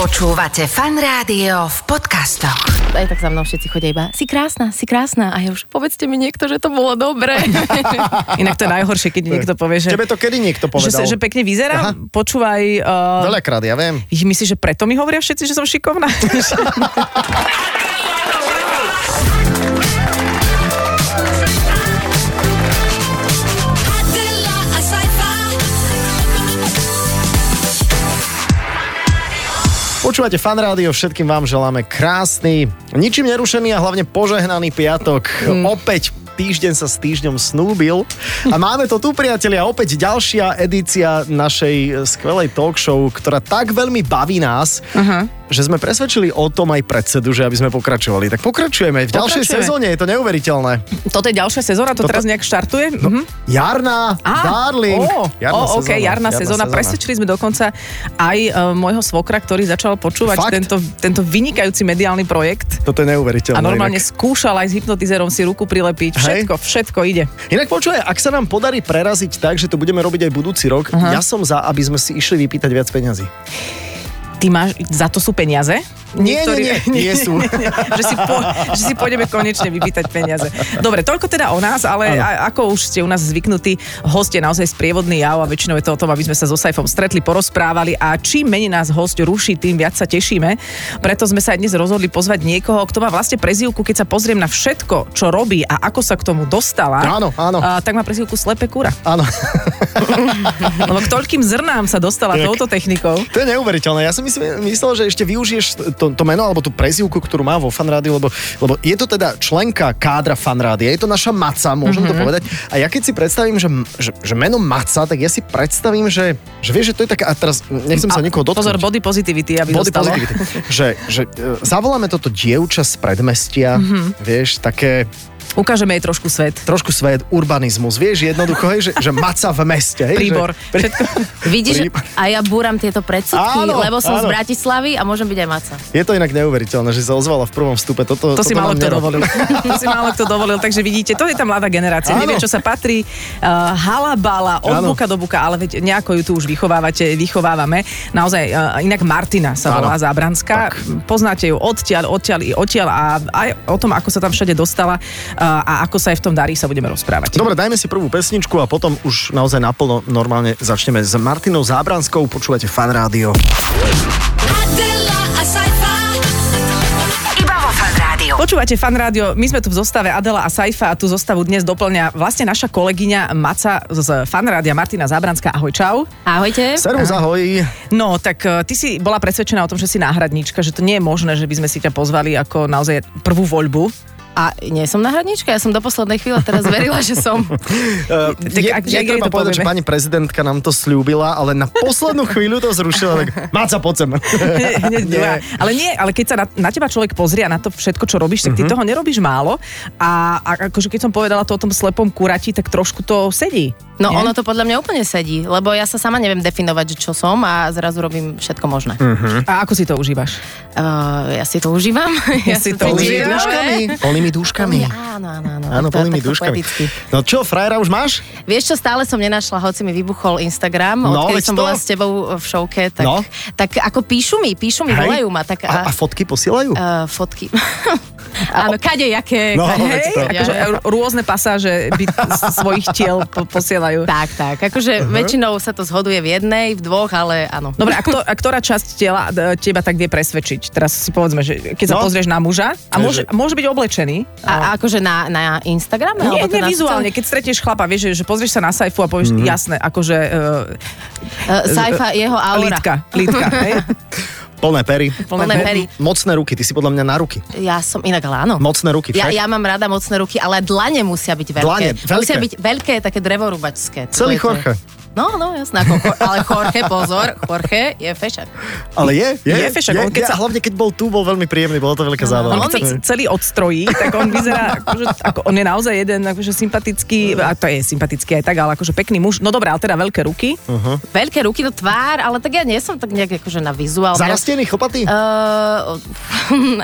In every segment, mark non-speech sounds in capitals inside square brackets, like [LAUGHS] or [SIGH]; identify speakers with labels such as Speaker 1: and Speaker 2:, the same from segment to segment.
Speaker 1: Počúvate fan rádio v podcastoch.
Speaker 2: Aj tak za mnou všetci chodia iba, si krásna, si krásna. A ja už, povedzte mi niekto, že to bolo
Speaker 3: [LAUGHS]
Speaker 2: dobré.
Speaker 4: Inak to je najhoršie, keď niekto povie, že,
Speaker 3: Tebe to kedy
Speaker 4: že,
Speaker 3: niekto povedal?
Speaker 4: sa- že pekne vyzerá. Počúvaj, uh,
Speaker 3: Veľakrát, ja viem.
Speaker 4: ich myslíš, že preto mi hovoria všetci, že som
Speaker 3: [LAUGHS]
Speaker 4: šikovná?
Speaker 5: Adela, a sci-fi.
Speaker 3: Počúvate fan rádio, všetkým vám želáme krásny, ničím nerušený a hlavne požehnaný piatok.
Speaker 4: Mm.
Speaker 3: Opäť týždeň sa s týždňom snúbil. A máme to tu, priatelia, opäť ďalšia edícia našej skvelej talk show, ktorá tak veľmi baví nás, uh-huh. že sme presvedčili o tom aj predsedu, že aby sme pokračovali. Tak pokračujeme. V ďalšej
Speaker 4: Pokračujeme.
Speaker 3: sezóne je to neuveriteľné.
Speaker 4: Toto je ďalšia sezóna, to,
Speaker 3: Toto-
Speaker 4: teraz nejak štartuje? No,
Speaker 3: Jarná, darling.
Speaker 4: Ó, ó, ok, jarná sezóna. Presvedčili sme dokonca aj e, môjho svokra, ktorý začal počúvať
Speaker 3: Fakt?
Speaker 4: tento, tento vynikajúci mediálny projekt.
Speaker 3: Toto je neuveriteľné.
Speaker 4: A normálne
Speaker 3: inak.
Speaker 4: skúšal aj s hypnotizerom si ruku prilepiť.
Speaker 3: Hej.
Speaker 4: Všetko, všetko ide.
Speaker 3: Inak počúvaj, ak sa nám podarí preraziť tak, že to budeme robiť aj budúci rok, uh-huh. ja som za, aby sme si išli vypýtať viac peňazí.
Speaker 4: Ty máš, za to sú peniaze? [LAUGHS]
Speaker 3: Nie, nie, nie, nie sú.
Speaker 4: že, si po, že si pôjdeme konečne vypýtať peniaze. Dobre, toľko teda o nás, ale a, ako už ste u nás zvyknutí, host je naozaj sprievodný jav a väčšinou je to o tom, aby sme sa so Saifom stretli, porozprávali a čím menej nás host ruší, tým viac sa tešíme. Preto sme sa aj dnes rozhodli pozvať niekoho, kto má vlastne prezývku, keď sa pozriem na všetko, čo robí a ako sa k tomu dostala.
Speaker 3: Áno, áno.
Speaker 4: A, tak má prezývku Slepe kura.
Speaker 3: Áno,
Speaker 4: [LAUGHS] Lebo k toľkým zrnám sa dostala
Speaker 3: Tak.
Speaker 4: touto technikou.
Speaker 3: [LAUGHS] to je neuveriteľné. Ja som myslel, myslel že ešte využiješ to, to meno alebo tú prezivku, ktorú má vo fanrádiu, lebo, lebo je to teda členka kádra fanrádia, je to naša maca, môžem
Speaker 4: Mhm.
Speaker 3: mm-hmm. to povedať. A ja keď si predstavím, že, že, že meno maca, tak ja si predstavím, že, že vieš, že to je taká, a teraz nechcem sa
Speaker 4: A
Speaker 3: niekoho dotknúť.
Speaker 4: Pozor, body positivity, aby
Speaker 3: Body
Speaker 4: dostalo.
Speaker 3: positivity. že, že e, zavoláme toto dievča z predmestia, mm-hmm.
Speaker 4: Mhm.
Speaker 3: vieš, také
Speaker 4: Ukážeme jej trošku svet.
Speaker 3: trošku svet, urbanizmus, vieš, jednoducho, hej, že, že maca v meste. Hej,
Speaker 4: Príbor.
Speaker 3: Že, pri,
Speaker 4: Všetko.
Speaker 3: [LAUGHS]
Speaker 2: Vidíš,
Speaker 3: Prípad.
Speaker 2: a ja búram tieto predsudky,
Speaker 3: Áno,
Speaker 2: lebo som z
Speaker 3: áno.
Speaker 2: Bratislavy a môžem byť aj maca.
Speaker 3: je to inak neuveriteľné, že sa ozvala v prvom vstupe. Toto,
Speaker 4: To si
Speaker 3: toto
Speaker 4: málo
Speaker 3: nám
Speaker 4: kto
Speaker 3: nerob. [LAUGHS]
Speaker 4: dovolil. To si málo kto dovolil, takže vidíte, to je tá mladá generácia.
Speaker 3: Áno.
Speaker 4: Nevie, čo sa patrí. Uh, halabala, od
Speaker 3: Áno.
Speaker 4: buka do buka, ale veď nejako ju tu už vychovávate, vychovávame. Naozaj, uh, inak Martina sa
Speaker 3: Áno.
Speaker 4: volá Zábranská. Poznáte ju odtiaľ, odtiaľ i odtiaľ a aj o tom, ako sa tam všade dostala uh, a ako sa aj v tom darí, sa budeme rozprávať.
Speaker 3: Dobre, dajme si prvú pesničku a potom už naozaj naplno normálne začneme s Martinou Zábranskou. Počúvate Fan Rádio.
Speaker 5: Adela, a sci-fi.
Speaker 1: Iba vo fan rádiu.
Speaker 4: Počúvate fan rádio, my sme tu v zostave Adela a Saifa a tú zostavu dnes doplňa vlastne naša kolegyňa Maca z fan rádia Martina Zábranská. Ahoj, čau.
Speaker 2: Ahojte.
Speaker 3: Servus, ahoj.
Speaker 4: No, tak e, ty si bola presvedčená o tom, že si náhradníčka, že to nie je možné, že by sme si ťa pozvali ako naozaj prvú voľbu.
Speaker 3: [LAUGHS]
Speaker 2: A nie som náhradnička, ja som do poslednej chvíle teraz verila, že som.
Speaker 3: Uh,
Speaker 4: Tak
Speaker 3: je,
Speaker 4: ak-
Speaker 3: je,
Speaker 4: ak jej to
Speaker 3: treba povedať, že
Speaker 4: povieme.
Speaker 3: pani prezidentka nám to slúbila, ale na poslednú chvíľu to zrušila. Tak Máca, poď sem.
Speaker 4: [LAUGHS] Hneď
Speaker 3: Nie.
Speaker 4: druhá. Ale nie, ale keď sa na, na teba človek pozrie a na to všetko, čo robíš, tak ty
Speaker 3: Mhm.
Speaker 4: toho nerobíš málo. A, a akože keď som povedala to o tom slepom kurati, tak trošku to sedí.
Speaker 2: No
Speaker 4: nie?
Speaker 2: ono to podľa mňa úplne sedí, lebo ja sa sama neviem definovať, že čo som a zrazu robím všetko možné.
Speaker 3: Mhm.
Speaker 4: A ako si to užívaš?
Speaker 2: Uh, ja si to užívam. [LAUGHS]
Speaker 4: Ja si to
Speaker 3: Polnými
Speaker 4: užívam.
Speaker 3: dúškami. Polnými dúškami.
Speaker 2: Áno, áno, áno. Tak to
Speaker 3: Áno,
Speaker 2: je
Speaker 3: plnými
Speaker 2: takto
Speaker 3: duškami.
Speaker 2: poeticky.
Speaker 3: No čo, frajera už máš?
Speaker 2: Vieš čo, stále som nenašla, hoci mi vybuchol Instagram,
Speaker 3: No,
Speaker 2: odkedy
Speaker 3: veď
Speaker 2: som
Speaker 3: to.
Speaker 2: bola s tebou v šovke, tak,
Speaker 3: No.
Speaker 2: tak ako píšu mi, píšu mi,
Speaker 3: Hej.
Speaker 2: volajú ma, tak
Speaker 3: A, a fotky posielajú?
Speaker 2: Uh,
Speaker 3: [LAUGHS]
Speaker 2: fotky. Áno, kade jaké.
Speaker 3: No,
Speaker 2: kade-
Speaker 3: veď
Speaker 4: Hej,
Speaker 3: to.
Speaker 2: Ja-
Speaker 4: akože r- rôzne pasáže
Speaker 3: [LAUGHS]
Speaker 4: by s- svojich tiel po- posielajú.
Speaker 2: Tak, tak. Akože
Speaker 3: Mhm.
Speaker 2: uh-huh. väčšinou sa to zhoduje v jednej, v dvoch, ale áno.
Speaker 4: Dobre, a, kto, a ktorá časť tela e, teba tak vie presvedčiť? Teraz si povedzme, že keď sa
Speaker 3: No.
Speaker 4: pozrieš na muža, a
Speaker 3: Takže-
Speaker 4: môže, môže byť oblečený,
Speaker 2: A, a akože na, na Instagrame?
Speaker 4: Nie,
Speaker 2: alebo
Speaker 4: nie,
Speaker 2: teda
Speaker 4: vizuálne, keď stretneš chlapa, vieš, že, že pozrieš sa na sajfu a
Speaker 3: Mhm.
Speaker 4: povieš, mm-hmm. jasné, akože...
Speaker 2: Uh, Saifa, jeho
Speaker 4: Uh,
Speaker 2: aura.
Speaker 4: lítka, lítka,
Speaker 3: [LAUGHS]
Speaker 4: hej?
Speaker 3: Plné pery.
Speaker 2: Plné pery.
Speaker 3: Mocné ruky, ty si podľa mňa na ruky.
Speaker 2: Ja som inak, ale áno.
Speaker 3: Mocné ruky,
Speaker 2: Ja,
Speaker 3: však.
Speaker 2: ja mám rada mocné ruky, ale dlane musia byť veľké.
Speaker 3: Dlane, veľké.
Speaker 2: Musia byť veľké, také drevorubačské. To je
Speaker 3: Celý
Speaker 2: to.
Speaker 3: Jorge.
Speaker 2: No, no, jasné. Ako, Chor- ale Jorge, pozor, Jorge je fešak.
Speaker 3: Ale je, je,
Speaker 4: Je fešak, on keď
Speaker 3: je,
Speaker 4: sa-
Speaker 3: a hlavne keď bol tu, bol veľmi príjemný, bola to veľká zábava.
Speaker 2: On
Speaker 4: No, Keď sa celý odstrojí, tak on vyzerá, akože, ako, on je naozaj jeden akože sympatický, a to je sympatický aj tak, ale akože pekný muž. No dobré, ale teda veľké ruky.
Speaker 2: Veľké ruky do tvár, ale tak ja nie som tak nejak akože na vizuál.
Speaker 3: Zarastený, chlpatý?
Speaker 2: Uh,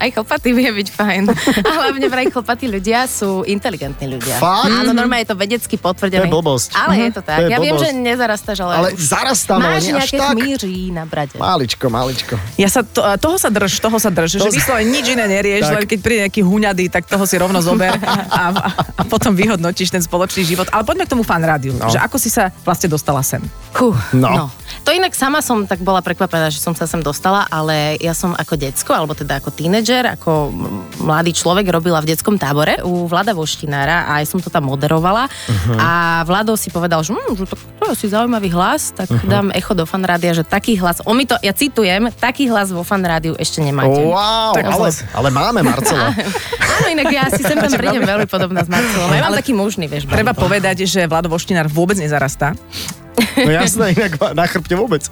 Speaker 2: [LAUGHS] aj chlpatý vie byť fajn. A hlavne vraj chlpatí ľudia sú inteligentní ľudia.
Speaker 3: Fakt?
Speaker 2: Áno, normálne je to vedecky potvrdené.
Speaker 3: To je blbosť.
Speaker 2: Ale je to tak.
Speaker 3: To je
Speaker 2: ja viem,
Speaker 3: blbosť.
Speaker 2: že nezarastáš, ale...
Speaker 3: Ale zarastám, ale
Speaker 2: Máš
Speaker 3: nie až
Speaker 2: nejaké
Speaker 3: tak.
Speaker 2: chmíří na brade.
Speaker 3: Maličko, maličko.
Speaker 4: Ja sa to, toho sa drž, toho sa drž,
Speaker 3: To
Speaker 4: to že
Speaker 3: sa-
Speaker 4: vyslovene nič iné nerieš,
Speaker 3: Tak.
Speaker 4: len keď príde nejaký huňady, tak toho si rovno
Speaker 3: [LAUGHS]
Speaker 4: zober a, a, a potom vyhodnotíš ten spoločný život. Ale poďme k tomu fan rádiu, no. že ako si sa vlastne dostala sem.
Speaker 2: Huh, no. no.
Speaker 3: No.
Speaker 2: To inak sama som tak bola prekvapená, že som sa sem dostala, ale ja som ako decko, alebo teda ako tínedžer, ako m- mladý človek robila v detskom tábore u Vlada Voštinára a aj som to tam moderovala.
Speaker 3: Mhm.
Speaker 2: Uh-huh. A Vlado si povedal, že, hm, že to, to je asi zaujímavý hlas, tak
Speaker 3: Mhm.
Speaker 2: uh-huh. dám echo do fan rádia, že taký hlas, on mi to, ja citujem, taký hlas vo fan rádiu ešte nemáte.
Speaker 3: Wow,
Speaker 2: Tak-
Speaker 3: ale, ale máme Marcela.
Speaker 2: Áno, inak ja si sem
Speaker 3: [LAUGHS]
Speaker 2: tam prídem veľmi podobná s Marcelom. Ja mám taký mužný, vieš.
Speaker 4: Treba povedať, že Vlado Voštinár vôbec nezarastá.
Speaker 3: No jasné, inak ma- na chrbte vôbec.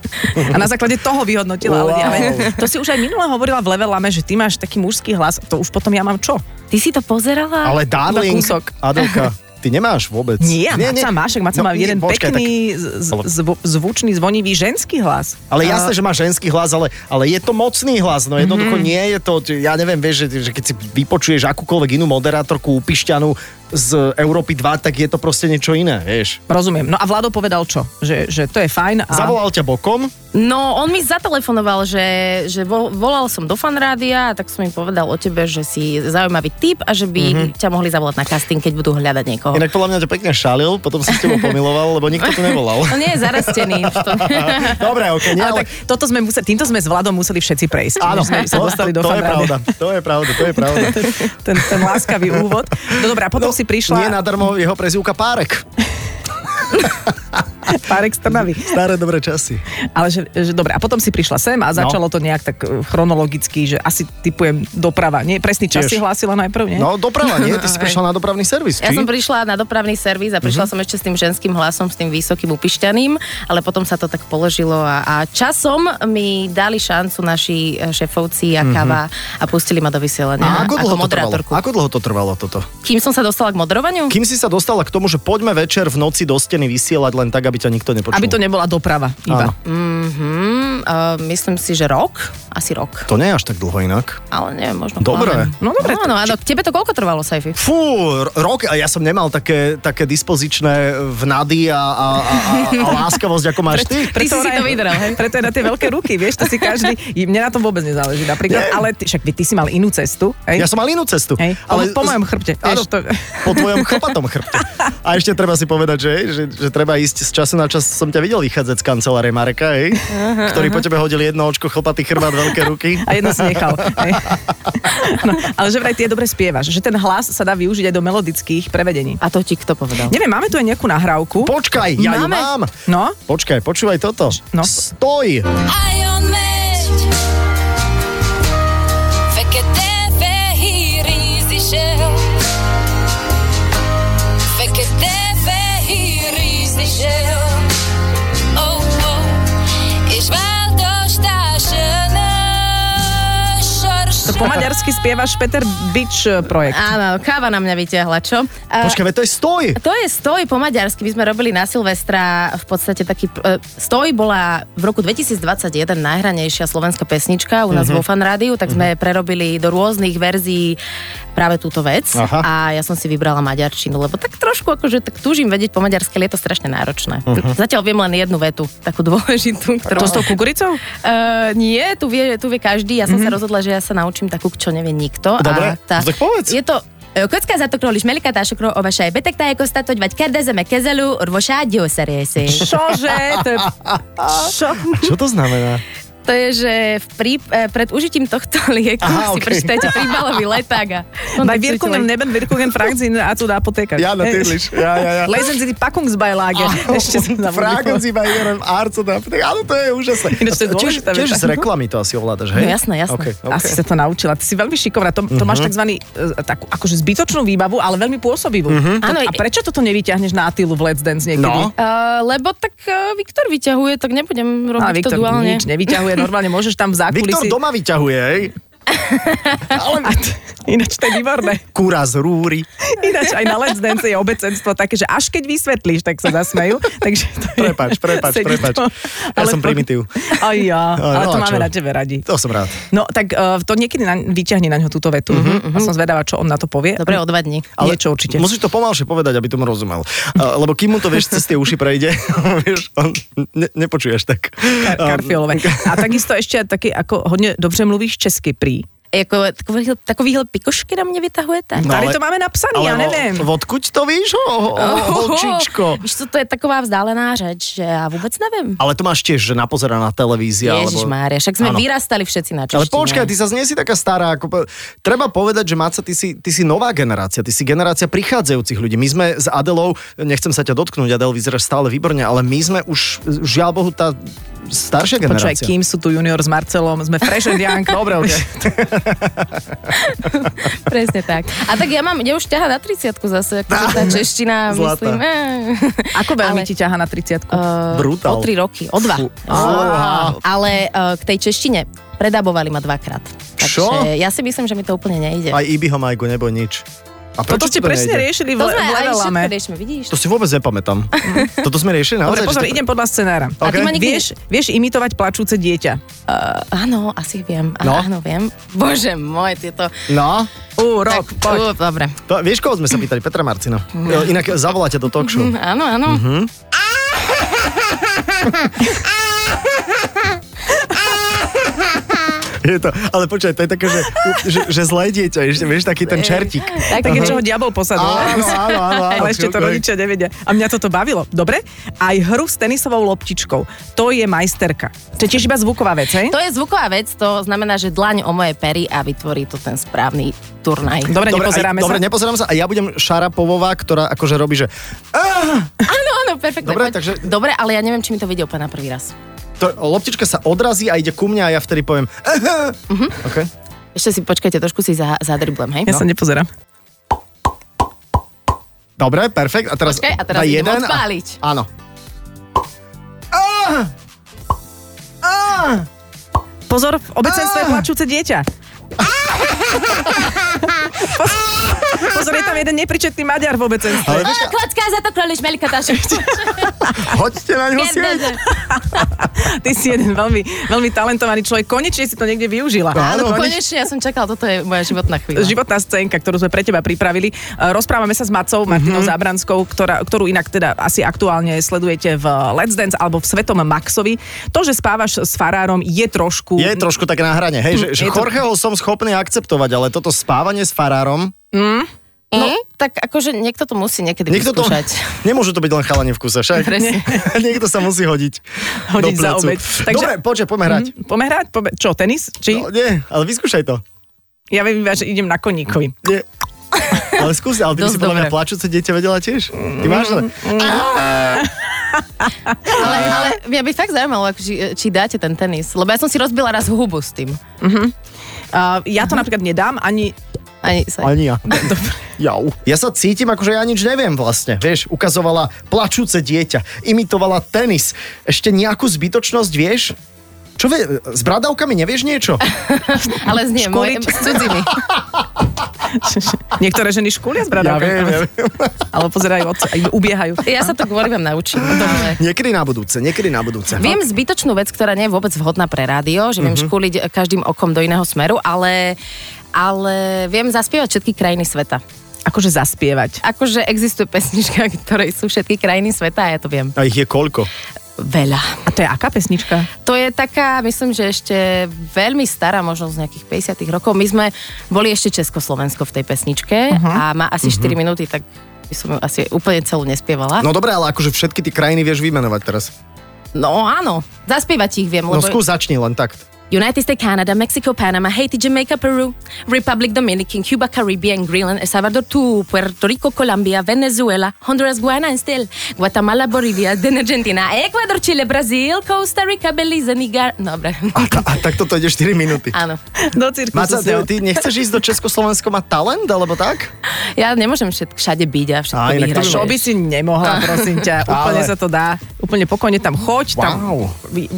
Speaker 4: A na základe toho vyhodnotila. Ale,
Speaker 3: Wow.
Speaker 4: ale to si už aj minule hovorila v Level Lame, že ty máš taký mužský hlas. To už potom ja mám čo?
Speaker 2: Ty si to pozerala?
Speaker 3: Ale darling,
Speaker 4: kúsok.
Speaker 3: Adelka, ty nemáš vôbec.
Speaker 4: Nie, nie, Maca máš, ak Maca má
Speaker 3: nie,
Speaker 4: jeden
Speaker 3: počkaj, tak-
Speaker 4: pekný, z-
Speaker 3: Ale-
Speaker 4: zvu, zvučný, zvonivý ženský hlas.
Speaker 3: Ale jasné, že má ženský hlas, ale, ale je to mocný hlas. No jednoducho mm-hmm. nie je to, ja neviem, vieš, že, že keď si vypočuješ akúkoľvek inú moderátorku, upišťanú z Európy 2, tak je to proste niečo iné, vieš.
Speaker 4: Rozumiem. No a Vlado povedal čo? Že, že to je fajn. A...
Speaker 3: Zavolal ťa bokom,
Speaker 2: No, on mi zatelefonoval, že, že vo, volal som do fanrádia a tak som im povedal o tebe, že si zaujímavý typ a že by mm-hmm. ťa mohli zavolať na casting, keď budú hľadať niekoho.
Speaker 3: Mhm. inak podľa mňa ťa pekne šalil, potom si s tebou pomiloval, lebo nikto to nevolal.
Speaker 2: On
Speaker 3: [LAUGHS]
Speaker 2: nie je zarastený. už to...
Speaker 3: Dobre, ok,
Speaker 4: Ale
Speaker 3: nie, No, ale...
Speaker 4: tak toto sme museli, týmto sme s Vladom museli všetci prejsť.
Speaker 3: Áno,
Speaker 4: Sme sa
Speaker 3: to-
Speaker 4: dostali do
Speaker 3: to, to je
Speaker 4: fanrádia.
Speaker 3: pravda, to je pravda, to je pravda.
Speaker 4: [LAUGHS] Ten, ten láskavý úvod. No dobré, a potom no, si
Speaker 3: Nie
Speaker 4: prišla na...
Speaker 3: nadarmo jeho prezivka Párek.
Speaker 4: Párek z Trnavy.
Speaker 3: Staré dobré časy.
Speaker 4: Ale že, že dobre, a potom si prišla sem
Speaker 3: No.
Speaker 4: a začalo to nejak tak eh, chronologicky, že asi typujem doprava. Nie, presný čas
Speaker 3: Tiež.
Speaker 4: si hlásila najprv, nie?
Speaker 3: No doprava, nie? Ty si prišla na dopravný servis,
Speaker 2: Ja
Speaker 3: či?
Speaker 2: som prišla na dopravný servis a
Speaker 3: Mhm.
Speaker 2: prišla som ešte s tým ženským hlasom, s tým vysokým upišťaným, ale potom sa to tak položilo a, a časom mi dali šancu naši eh, šéfovci a kava a pustili ma do
Speaker 3: Mhm. A
Speaker 2: vysielania
Speaker 3: ako
Speaker 2: ako
Speaker 3: dlho, to trvalo?
Speaker 2: moderátorku.
Speaker 3: ako dlho to trvalo toto?
Speaker 2: Kým som sa dostala k moderovaniu?
Speaker 3: Kým si sa dostala k tomu, že poďme večer v noci do steny vysielať len tak, aby ťa nikto nepočul?
Speaker 4: Aby to nebola doprava iba.
Speaker 3: Áno.
Speaker 2: Mm, uh, myslím si, že rok. Asi rok.
Speaker 3: To nie je až tak dlho inak.
Speaker 2: Ale neviem, možno.
Speaker 3: Dobre.
Speaker 2: klamem.
Speaker 4: No dobre,
Speaker 2: Áno, áno. K Tebe to koľko trvalo, Saifi?
Speaker 3: Fú, r- rok, a ja som nemal také, také dispozičné e, vnady a, a, a,
Speaker 4: [LAUGHS]
Speaker 3: a, a láskavosť, ako máš ty.
Speaker 2: Ty si si to vydrel, hej?
Speaker 4: Preto je na tie veľké ruky, vieš, to si každý... Mne na tom vôbec nezáleží napríklad,
Speaker 3: Nie.
Speaker 4: ale ty, však ty, ty si mal inú cestu. Hej?
Speaker 3: Ja som mal inú cestu.
Speaker 4: Hej, po- po mojom chrbte,
Speaker 3: Áno,
Speaker 4: vieš, to-
Speaker 3: po tvojom chrpatom chrbte. A ešte treba si povedať, že, že, že treba ísť z času na čas. Som ťa videl vychádzať z kancelárie Mareka, hej? ktorý po tebe hodil jedno očko, chlpatý chrbát, veľké ruky.
Speaker 4: a jedno si nechal. Hej. No, ale že vraj ty je dobre spievaš, že ten hlas sa dá využiť aj do melodických prevedení.
Speaker 2: A to ti kto povedal?
Speaker 4: Neviem, máme tu aj nejakú nahrávku.
Speaker 3: Počkaj, ja ju
Speaker 2: Máme.
Speaker 3: mám.
Speaker 4: No,
Speaker 3: Počkaj, počúvaj toto.
Speaker 4: No.
Speaker 3: Stoj!
Speaker 5: Iron Man. Fekete fehiri zişel. Fekete fehiri zişel. Oh, oh. Ich war durch das
Speaker 4: to [LAUGHS] po maďarsky spievaš Peter Bič eh, projekt.
Speaker 2: Áno, káva na mňa vytiahla, čo? A-
Speaker 3: Počkaj, veď to je stoj!
Speaker 2: To je stoj po maďarsky. My sme robili na Silvestra v podstate taký... e, Stoj bola v roku 2021 najhranejšia slovenská pesnička u nás
Speaker 3: Mhm.
Speaker 2: vo Fan Rádiu, tak sme prerobili do rôznych verzií práve túto vec.
Speaker 3: Aha.
Speaker 2: A ja som si vybrala maďarčinu, lebo tak trošku akože tak túžim vedieť po maďarsky, ale je to strašne náročné.
Speaker 3: Mhm.
Speaker 2: Zatiaľ viem len jednu vetu, takú dôležitú, ktorú...
Speaker 4: To s tou kukuricou?
Speaker 2: Uh, nie, tu vie, tu vie každý. Ja som mm-hmm. sa rozhodla, že ja sa naučím takú, čo nevie nikto.
Speaker 3: Mhm. Dobre, no tak povedz.
Speaker 2: Je to ö, Kockázatokról és melikátásokról olvasai betegtájékoztatót, vagy kérdezze meg kezelő orvosát
Speaker 3: [LAUGHS]
Speaker 2: gyógyszerészét.
Speaker 4: Čože? To je... Čo?
Speaker 3: Čo to znamená?
Speaker 2: To je, že v prí, eh, pred užitím tohto [LAUGHS] lieku Aha,
Speaker 3: Aha,
Speaker 2: si
Speaker 3: okej.
Speaker 2: okay. prečítajte príbalový leták
Speaker 3: [LAUGHS]
Speaker 2: a...
Speaker 4: Bei Wirkungen,
Speaker 2: E,
Speaker 4: neben Wirkungen fragen Sie in der Arzt oder Apotheker.
Speaker 3: Ja, natürlich. Ja, ja, ja.
Speaker 4: Lesen Sie die Packungsbeilage. Ešte som
Speaker 3: Fragen
Speaker 4: zabudla.
Speaker 3: Sie bei Ihrem Arzt oder Apotheke. Áno, to je úžasné.
Speaker 4: Ináč to je
Speaker 3: Tiež,
Speaker 4: dôležitá
Speaker 3: tiež
Speaker 4: veta.
Speaker 3: z reklamy to asi ovládaš,
Speaker 2: No
Speaker 3: hej?
Speaker 2: jasné, jasné.
Speaker 3: Okay, okay.
Speaker 4: Asi sa to naučila. Ty si veľmi šikovná. To, to
Speaker 3: Mhm.
Speaker 4: máš takzvaný, e, takú akože zbytočnú výbavu, ale veľmi pôsobivú. To,
Speaker 2: Áno,
Speaker 4: a
Speaker 2: i-
Speaker 4: prečo toto nevyťahneš na Atilu v Let's Dance niekedy?
Speaker 3: Mhm. No.
Speaker 2: Uh, lebo tak uh, Viktor vyťahuje, tak nebudem robiť
Speaker 4: A
Speaker 2: to
Speaker 4: Viktor
Speaker 2: duálne.
Speaker 4: nič nevyťahuje, normálne môžeš tam v
Speaker 3: Viktor
Speaker 4: zákulisí.
Speaker 3: doma vyťahuje, hej?
Speaker 4: A t- ináč to je výborné.
Speaker 3: Kúra z rúry.
Speaker 4: Ináč aj na Let's Dance je obecenstvo také, že až keď vysvetlíš, tak sa zasmejú. Takže to je-
Speaker 3: Prepač, prepač,
Speaker 4: sedí
Speaker 3: prepač.
Speaker 4: to.
Speaker 3: Ja
Speaker 4: Ale
Speaker 3: som
Speaker 4: to-
Speaker 3: primitív.
Speaker 4: Aj ja, ale
Speaker 3: no
Speaker 4: to
Speaker 3: a
Speaker 4: máme
Speaker 3: čo?
Speaker 4: na tebe radi.
Speaker 3: To som rád.
Speaker 4: No tak uh, to niekedy na, vyťahne na ňo túto vetu
Speaker 3: Mhm,
Speaker 4: uh-huh, uh-huh. a som zvedavá, čo on na to povie.
Speaker 2: Dobre, o dva dní.
Speaker 4: Ale Niečo určite. Musí...
Speaker 3: Musíš to pomalšie povedať, aby tomu rozumel. Uh, lebo kým mu to vieš cez tie uši prejde, [LAUGHS] vieš, on ne, nepočuješ tak. Um, no,
Speaker 4: Karfiolové. A takisto ešte taký, ako hodne dobře mluvíš česky prý.
Speaker 2: Jako, takovýhle, takovýhle pikošky na mě vytahujete?
Speaker 4: No, Tady to máme napsané, ja
Speaker 3: vo-
Speaker 4: neviem.
Speaker 3: Odkuď to víš, ho, ho, ho, holčičko?
Speaker 2: Víš co, to je taková vzdálená řeč, že já vůbec nevím.
Speaker 3: Ale to máš tiež, že napozeraná televízia.
Speaker 2: Ježiš Mária, však sme
Speaker 3: Áno.
Speaker 2: vyrastali všetci na češtine.
Speaker 3: Ale počkaj, ty sa nie si taká stará. Ako... po- Treba povedať, že Maca, ty si, ty si nová generácia, ty si generácia prichádzajúcich ľudí. My sme s Adelou, nechcem sa ťa dotknúť, Adel, vyzeráš stále výborne, ale my sme už, žiaľ Bohu, tá staršia
Speaker 4: Počúvaj,
Speaker 3: generácia.
Speaker 4: kým sú tu junior s Marcelom, sme fresh and
Speaker 3: [LAUGHS]
Speaker 4: young. Dobre, okay.
Speaker 2: Presne tak. A tak ja mám, ja už ťaha na 30 zase,
Speaker 3: [LAUGHS]
Speaker 2: akože tá čeština,
Speaker 3: Zlatá.
Speaker 2: myslím. eh.
Speaker 4: Ako veľmi
Speaker 2: Ale-
Speaker 4: ti ťaha na 30
Speaker 2: Eh,
Speaker 3: Brutál.
Speaker 2: O 3 roky, o 2.
Speaker 3: Fú. Á.
Speaker 2: Ale eh, k tej češtine predabovali ma dvakrát.
Speaker 3: Čo?
Speaker 2: Takže ja si myslím, že mi to úplne nejde.
Speaker 3: Aj Ibiho Majku, nebo nič. A
Speaker 4: Toto ste presne
Speaker 3: nejde?
Speaker 4: riešili v,
Speaker 2: to
Speaker 4: v
Speaker 2: sme aj
Speaker 4: Levelame.
Speaker 2: všetko riešme, vidíš?
Speaker 3: To si vôbec nepamätám. Toto sme riešili
Speaker 4: Dobre,
Speaker 3: naozaj?
Speaker 4: pozor,
Speaker 3: že to-
Speaker 4: idem podľa scenára.
Speaker 2: A ty
Speaker 3: OK.
Speaker 2: ma nikdy...
Speaker 4: Vieš, vieš imitovať plačúce dieťa.
Speaker 2: Eh, áno, asi viem.
Speaker 3: No.
Speaker 2: Áno, áno, viem. Bože môj, tieto...
Speaker 3: No,
Speaker 4: Ú, Rob,
Speaker 2: Tak,
Speaker 4: poď.
Speaker 2: ú, Dobre.
Speaker 3: to, vieš, koho sme sa pýtali? Petra Marcina. E, Inak zavoláte do talk show.
Speaker 2: Hm, Áno, áno.
Speaker 3: Mhm. Je to, ale počkaj, to je také, že, že, že zlé dieťa, ešte, vieš, taký ten čertík.
Speaker 2: Tak,
Speaker 3: Mhm.
Speaker 4: Také, čo ho diabol posadol.
Speaker 3: Áno, áno, áno, áno.
Speaker 4: Ale ešte to
Speaker 3: Kľúkoj.
Speaker 4: rodičia nevedia. A mňa toto bavilo. Dobre? Aj hru s tenisovou loptičkou. To je majsterka. To je tiež iba zvuková vec, hej?
Speaker 2: To je zvuková vec, to znamená, že dlaň o moje pery a vytvorí to ten správny turnaj. [LAUGHS]
Speaker 4: Dobre,
Speaker 3: Dobre, aj,
Speaker 4: nepozeráme
Speaker 3: dobre,
Speaker 4: sa.
Speaker 3: nepozerám sa a ja budem Šarapovová, ktorá akože robí, že "Ah!"
Speaker 2: Áno, áno, No, perfektne.
Speaker 3: Dobre,
Speaker 2: poď.
Speaker 3: takže-
Speaker 2: Dobre, ale ja neviem, či mi to vyjde úplne na prvý raz.
Speaker 3: to, loptička sa odrazí a ide ku mne a ja vtedy poviem "Aha!" okay.
Speaker 2: Ešte si počkajte, trošku si za, zadriblujem, hej? No.
Speaker 4: Ja
Speaker 3: no.
Speaker 4: sa nepozerám.
Speaker 3: Dobre, perfekt. A teraz,
Speaker 2: Počkaj, a teraz
Speaker 3: daj
Speaker 2: idem
Speaker 3: jeden
Speaker 2: odpáliť.
Speaker 3: A, áno. Ah! Ah!
Speaker 4: Pozor, v obecenstve je plačúce dieťa.
Speaker 3: Ah!
Speaker 4: Pozor- [LAUGHS] Pozor, je tam jeden nepričetný Maďar v obecenstve.
Speaker 3: Ale
Speaker 2: Á,
Speaker 3: počkaj,
Speaker 2: Klacká za to kroliš, Melika
Speaker 3: [LAUGHS]
Speaker 2: Tašek.
Speaker 3: hoďte na ňo sieť. Ah!
Speaker 4: Ty si jeden veľmi, veľmi talentovaný človek. Konečne si to niekde využila.
Speaker 3: Áno,
Speaker 2: Áno, konečne, ja som čakala, toto je moja životná chvíľa.
Speaker 4: životná scénka, ktorú sme pre teba pripravili. E, Rozprávame sa s Macou
Speaker 3: Mhm.
Speaker 4: Martinou mm-hmm. Zábranskou, ktorá, ktorú inak teda asi aktuálne sledujete v eh, Let's Dance alebo v Svetom Maxovi. To, že spávaš s farárom je trošku...
Speaker 3: Je trošku tak na hrane, hej, že, že
Speaker 4: Je to-
Speaker 3: Jorgeho som schopný akceptovať, ale toto spávanie s farárom,
Speaker 2: No, tak akože niekto to musí niekedy
Speaker 3: niekto to...
Speaker 2: vyskúšať.
Speaker 3: [LAUGHS] Nemôžu to byť len chalanie v kuse, však?
Speaker 2: Presne.
Speaker 3: [LAUGHS] niekto sa musí hodiť,
Speaker 4: Hodiť
Speaker 3: do
Speaker 4: za
Speaker 3: plecu.
Speaker 4: obeď. Takže-
Speaker 3: Dobre, počkaj, poďme hrať.
Speaker 2: Mhm.
Speaker 4: Hm, Poďme hrať? Poďme, čo, tenis? Či?
Speaker 3: No, nie, ale vyskúšaj to.
Speaker 4: Ja viem iba, že idem na koníkovi.
Speaker 2: [LAUGHS]
Speaker 3: Nie. Ale skús, ale ty by
Speaker 2: Dosť Mhm.
Speaker 3: si podľa mňa
Speaker 2: dobre.
Speaker 3: plačúce dieťa vedela tiež. Ty máš to?
Speaker 2: Ale, ale mňa by fakt zaujímalo, ako, či, či dáte ten tenis. Lebo ja som si rozbila raz hubu s tým.
Speaker 4: Uh, ja
Speaker 3: Mhm.
Speaker 4: to napríklad nedám, ani...
Speaker 2: Ani sa... [LAUGHS]
Speaker 3: Ani ja. Jau. Ja sa cítim, akože ja nič neviem vlastne. Vieš, ukazovala plačúce dieťa, imitovala tenis. Ešte nejakú zbytočnosť, vieš? Čo vie, s bradavkami nevieš
Speaker 2: [LAUGHS]
Speaker 3: niečo?
Speaker 2: Ale znie, moje,
Speaker 4: Školiť.
Speaker 2: s
Speaker 3: [LAUGHS]
Speaker 2: cudzimi.
Speaker 4: [LAUGHS] Niektoré ženy škúlia s bradavkami. Ale pozerajú, otca, ubiehajú.
Speaker 2: Ja sa to kvôli vám naučím. Dobre.
Speaker 3: Niekedy na budúce, niekedy na budúce.
Speaker 2: Viem zbytočnú vec, ktorá nie je vôbec vhodná pre rádio, že viem mm-hmm. škúliť každým okom do iného smeru, ale, ale viem zaspievať všetky krajiny sveta.
Speaker 4: Akože zaspievať.
Speaker 2: Akože existuje pesnička, [LAUGHS] ktorej sú všetky krajiny sveta a ja to viem.
Speaker 3: A ich je koľko?
Speaker 2: Veľa.
Speaker 4: A to je aká pesnička?
Speaker 2: To je taká, myslím, že ešte veľmi stará, možno z nejakých 50 rokov. My sme boli ešte Československo v tej pesničke uh-huh. a má asi uh-huh. 4 minúty, tak by som ju asi úplne celú nespievala. No,
Speaker 3: No dobré, ale akože všetky tie krajiny vieš vymenovať teraz.
Speaker 2: no áno, zaspievať ich viem,
Speaker 3: No
Speaker 2: lebo...
Speaker 3: skús začni len tak.
Speaker 2: United States, Canada, Mexico, Panama, Haiti, Jamaica, Peru, Republic Dominican, Cuba, Caribbean, Greenland, El Salvador, Tu, Puerto Rico, Colombia, Venezuela, Honduras, Guayana and still, Guatemala, Bolivia, [LAUGHS] then Argentina, Ecuador, Chile, Brazil, Costa Rica, Belize, Nigar... [LAUGHS] Dobre.
Speaker 3: A, ta, a tak toto ide 4 minúty.
Speaker 2: Áno.
Speaker 4: Do cirkusu
Speaker 3: Maca,
Speaker 4: s
Speaker 3: ty,
Speaker 4: ňou.
Speaker 3: ty nechceš ísť do Československo mať talent, alebo tak?
Speaker 2: Ja nemôžem všet, všade byť a všetko
Speaker 3: Á, inak
Speaker 2: vyhrať.
Speaker 3: to by
Speaker 4: Čo by Akože, si
Speaker 3: [LAUGHS]
Speaker 4: nemohla, prosím ťa. Úplne
Speaker 3: Ale-
Speaker 4: sa to dá. Úplne pokojne tam choď. Tam,
Speaker 3: Wow.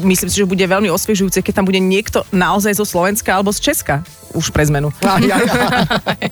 Speaker 4: myslím si, že bude veľmi osviežujúce, keď tam bude niekto naozaj zo Slovenska alebo z Česka. Už pre zmenu.
Speaker 3: Aj, aj, aj.
Speaker 4: [LAUGHS]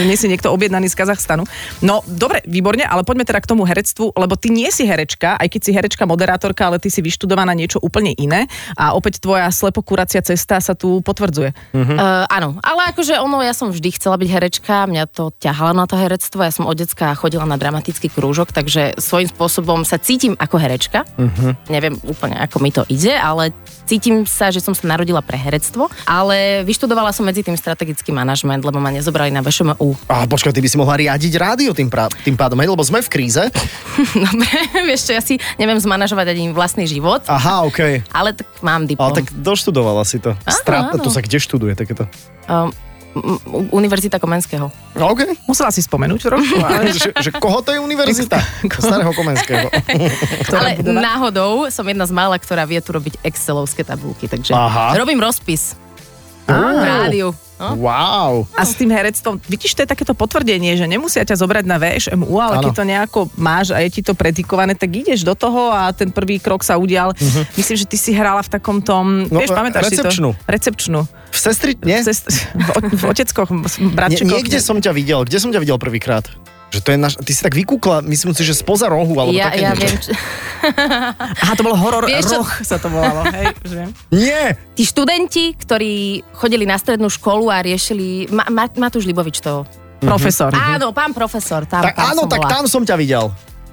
Speaker 4: Nie si niekto objednaný z Kazachstanu. No, dobre, výborne, ale poďme teda k tomu herectvu, lebo ty nie si herečka, aj keď si herečka, moderátorka, ale ty si vyštudovaná niečo úplne iné a opäť tvoja slepokuracia cesta sa tu potvrdzuje.
Speaker 3: Mhm.
Speaker 2: Uh, áno, ale akože ono, ja som vždy chcela byť herečka, mňa to ťahalo na to herectvo, ja som od decka chodila na dramatický krúžok, takže svojím spôsobom sa cítim ako herečka. Uh-huh.
Speaker 3: Mhm.
Speaker 2: Neviem úplne, ako mi to ide, ale cítim sa, že som sa narodila pre herectvo, ale vyštudovala som medzi tým strategický manažment, lebo ma nezobrali na VŠMU.
Speaker 3: A počkaj, ty by si mohla riadiť rádio tým, prá- tým pádom, hej, lebo sme v kríze.
Speaker 2: [LAUGHS] Dobre, vieš čo, ja si neviem zmanažovať ani vlastný život,
Speaker 3: Aha, okej.
Speaker 2: ale tak mám
Speaker 3: Ale
Speaker 2: diplom.
Speaker 3: tak doštudovala si to.
Speaker 2: Áno,
Speaker 3: Strat-
Speaker 2: áno.
Speaker 3: To sa kde študuje takéto?
Speaker 2: Um, m- m- Univerzita Komenského.
Speaker 3: No, OK.
Speaker 4: Musela si spomenúť trošku, ale
Speaker 3: No, že, že koho to je univerzita? Starého Komenského.
Speaker 2: Ale
Speaker 4: budova?
Speaker 2: náhodou som jedna z mála, ktorá vie tu robiť excelovské tabulky, takže
Speaker 3: Aha.
Speaker 2: robím rozpis
Speaker 3: Á.
Speaker 2: v rádiu. No?
Speaker 3: Wow.
Speaker 4: A s tým herectvom, vidíš, to je takéto potvrdenie, že nemusia ťa zobrať na VŠMU, ale
Speaker 3: Áno.
Speaker 4: keď to nejako máš a je ti to predikované, tak ideš do toho a ten prvý krok sa udial. Myslím, že ty si hrala v takom tom...
Speaker 3: Mhm. No,
Speaker 4: vieš,
Speaker 3: e,
Speaker 4: pamätáš
Speaker 3: recepčnú.
Speaker 4: si to? Recepčnú.
Speaker 3: V sestri... Nie?
Speaker 4: Cez, v, o- v oteckoch, v
Speaker 3: Nie,
Speaker 4: bratčekoch.
Speaker 3: niekde som ťa videl. Kde som ťa videl prvýkrát? Že to je naš... Ty si tak vykúkla, myslím si, že spoza rohu, alebo
Speaker 2: Ja,
Speaker 3: také
Speaker 2: ja
Speaker 3: niečo.
Speaker 2: viem,
Speaker 3: [LAUGHS]
Speaker 2: či...
Speaker 4: Aha, to bolo horor,
Speaker 2: Vieš čo-
Speaker 4: roh sa to volalo. Hej, už viem.
Speaker 3: Mhm. Nie!
Speaker 2: tí študenti, ktorí chodili na strednú školu a riešili... Ma, ma, Matúš Libovič to...
Speaker 4: Profesor.
Speaker 2: Áno, pán profesor, tam,
Speaker 3: Mhm. Tak,
Speaker 2: tam
Speaker 3: áno,
Speaker 2: som
Speaker 3: tak
Speaker 2: bola.
Speaker 3: tam som ťa videl.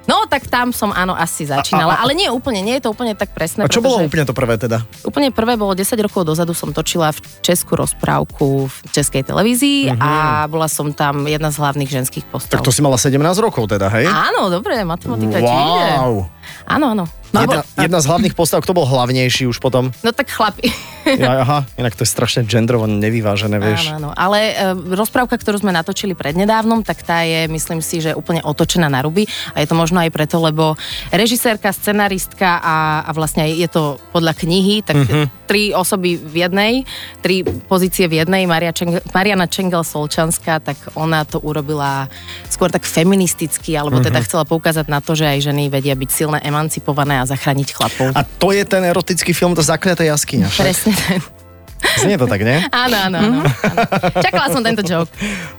Speaker 2: No, tak tam som áno asi začínala,
Speaker 3: A- a- a-
Speaker 2: ale nie úplne, nie je to úplne tak presné.
Speaker 3: A čo bolo
Speaker 2: No, pretože
Speaker 3: úplne to prvé teda?
Speaker 2: Úplne prvé bolo 10 rokov dozadu som točila v Česku rozprávku v Českej televízii mm-hmm. a bola som tam jedna z hlavných ženských postav.
Speaker 3: Mhm. Tak to si mala 17 rokov teda, hej?
Speaker 2: Áno, dobre, matematika ti ide.
Speaker 3: Wow.
Speaker 2: Áno, áno. No,
Speaker 3: Jedna, jedna z hlavných postav, kto bol hlavnejší už
Speaker 2: [LAUGHS]
Speaker 3: potom?
Speaker 2: no tak chlapi.
Speaker 3: Ja, aha, inak to je strašne genderovo nevyvážené, vieš.
Speaker 2: Áno, áno. Ale e, rozprávka, ktorú sme natočili prednedávnom, tak tá je, myslím si, že úplne otočená na ruby a je to možno aj preto, lebo režisérka, scenaristka a, a vlastne aj je to podľa knihy, tak
Speaker 3: Mhm.
Speaker 2: tri osoby v jednej, tri pozície v jednej, Maria Čeng- Mariana Čengel Solčanská, tak ona to urobila skôr tak feministicky, alebo teda
Speaker 3: Mhm.
Speaker 2: chcela poukázať na to, že aj ženy vedia byť silné, emancipované a zachrániť chlapov.
Speaker 3: A to je ten erotický film, to zakliaté jaskyňa. však?
Speaker 2: Presne ten.
Speaker 3: Znie to tak, nie?
Speaker 2: [LAUGHS] Áno, áno, áno. áno.
Speaker 3: [LAUGHS]
Speaker 2: Čakala som tento joke.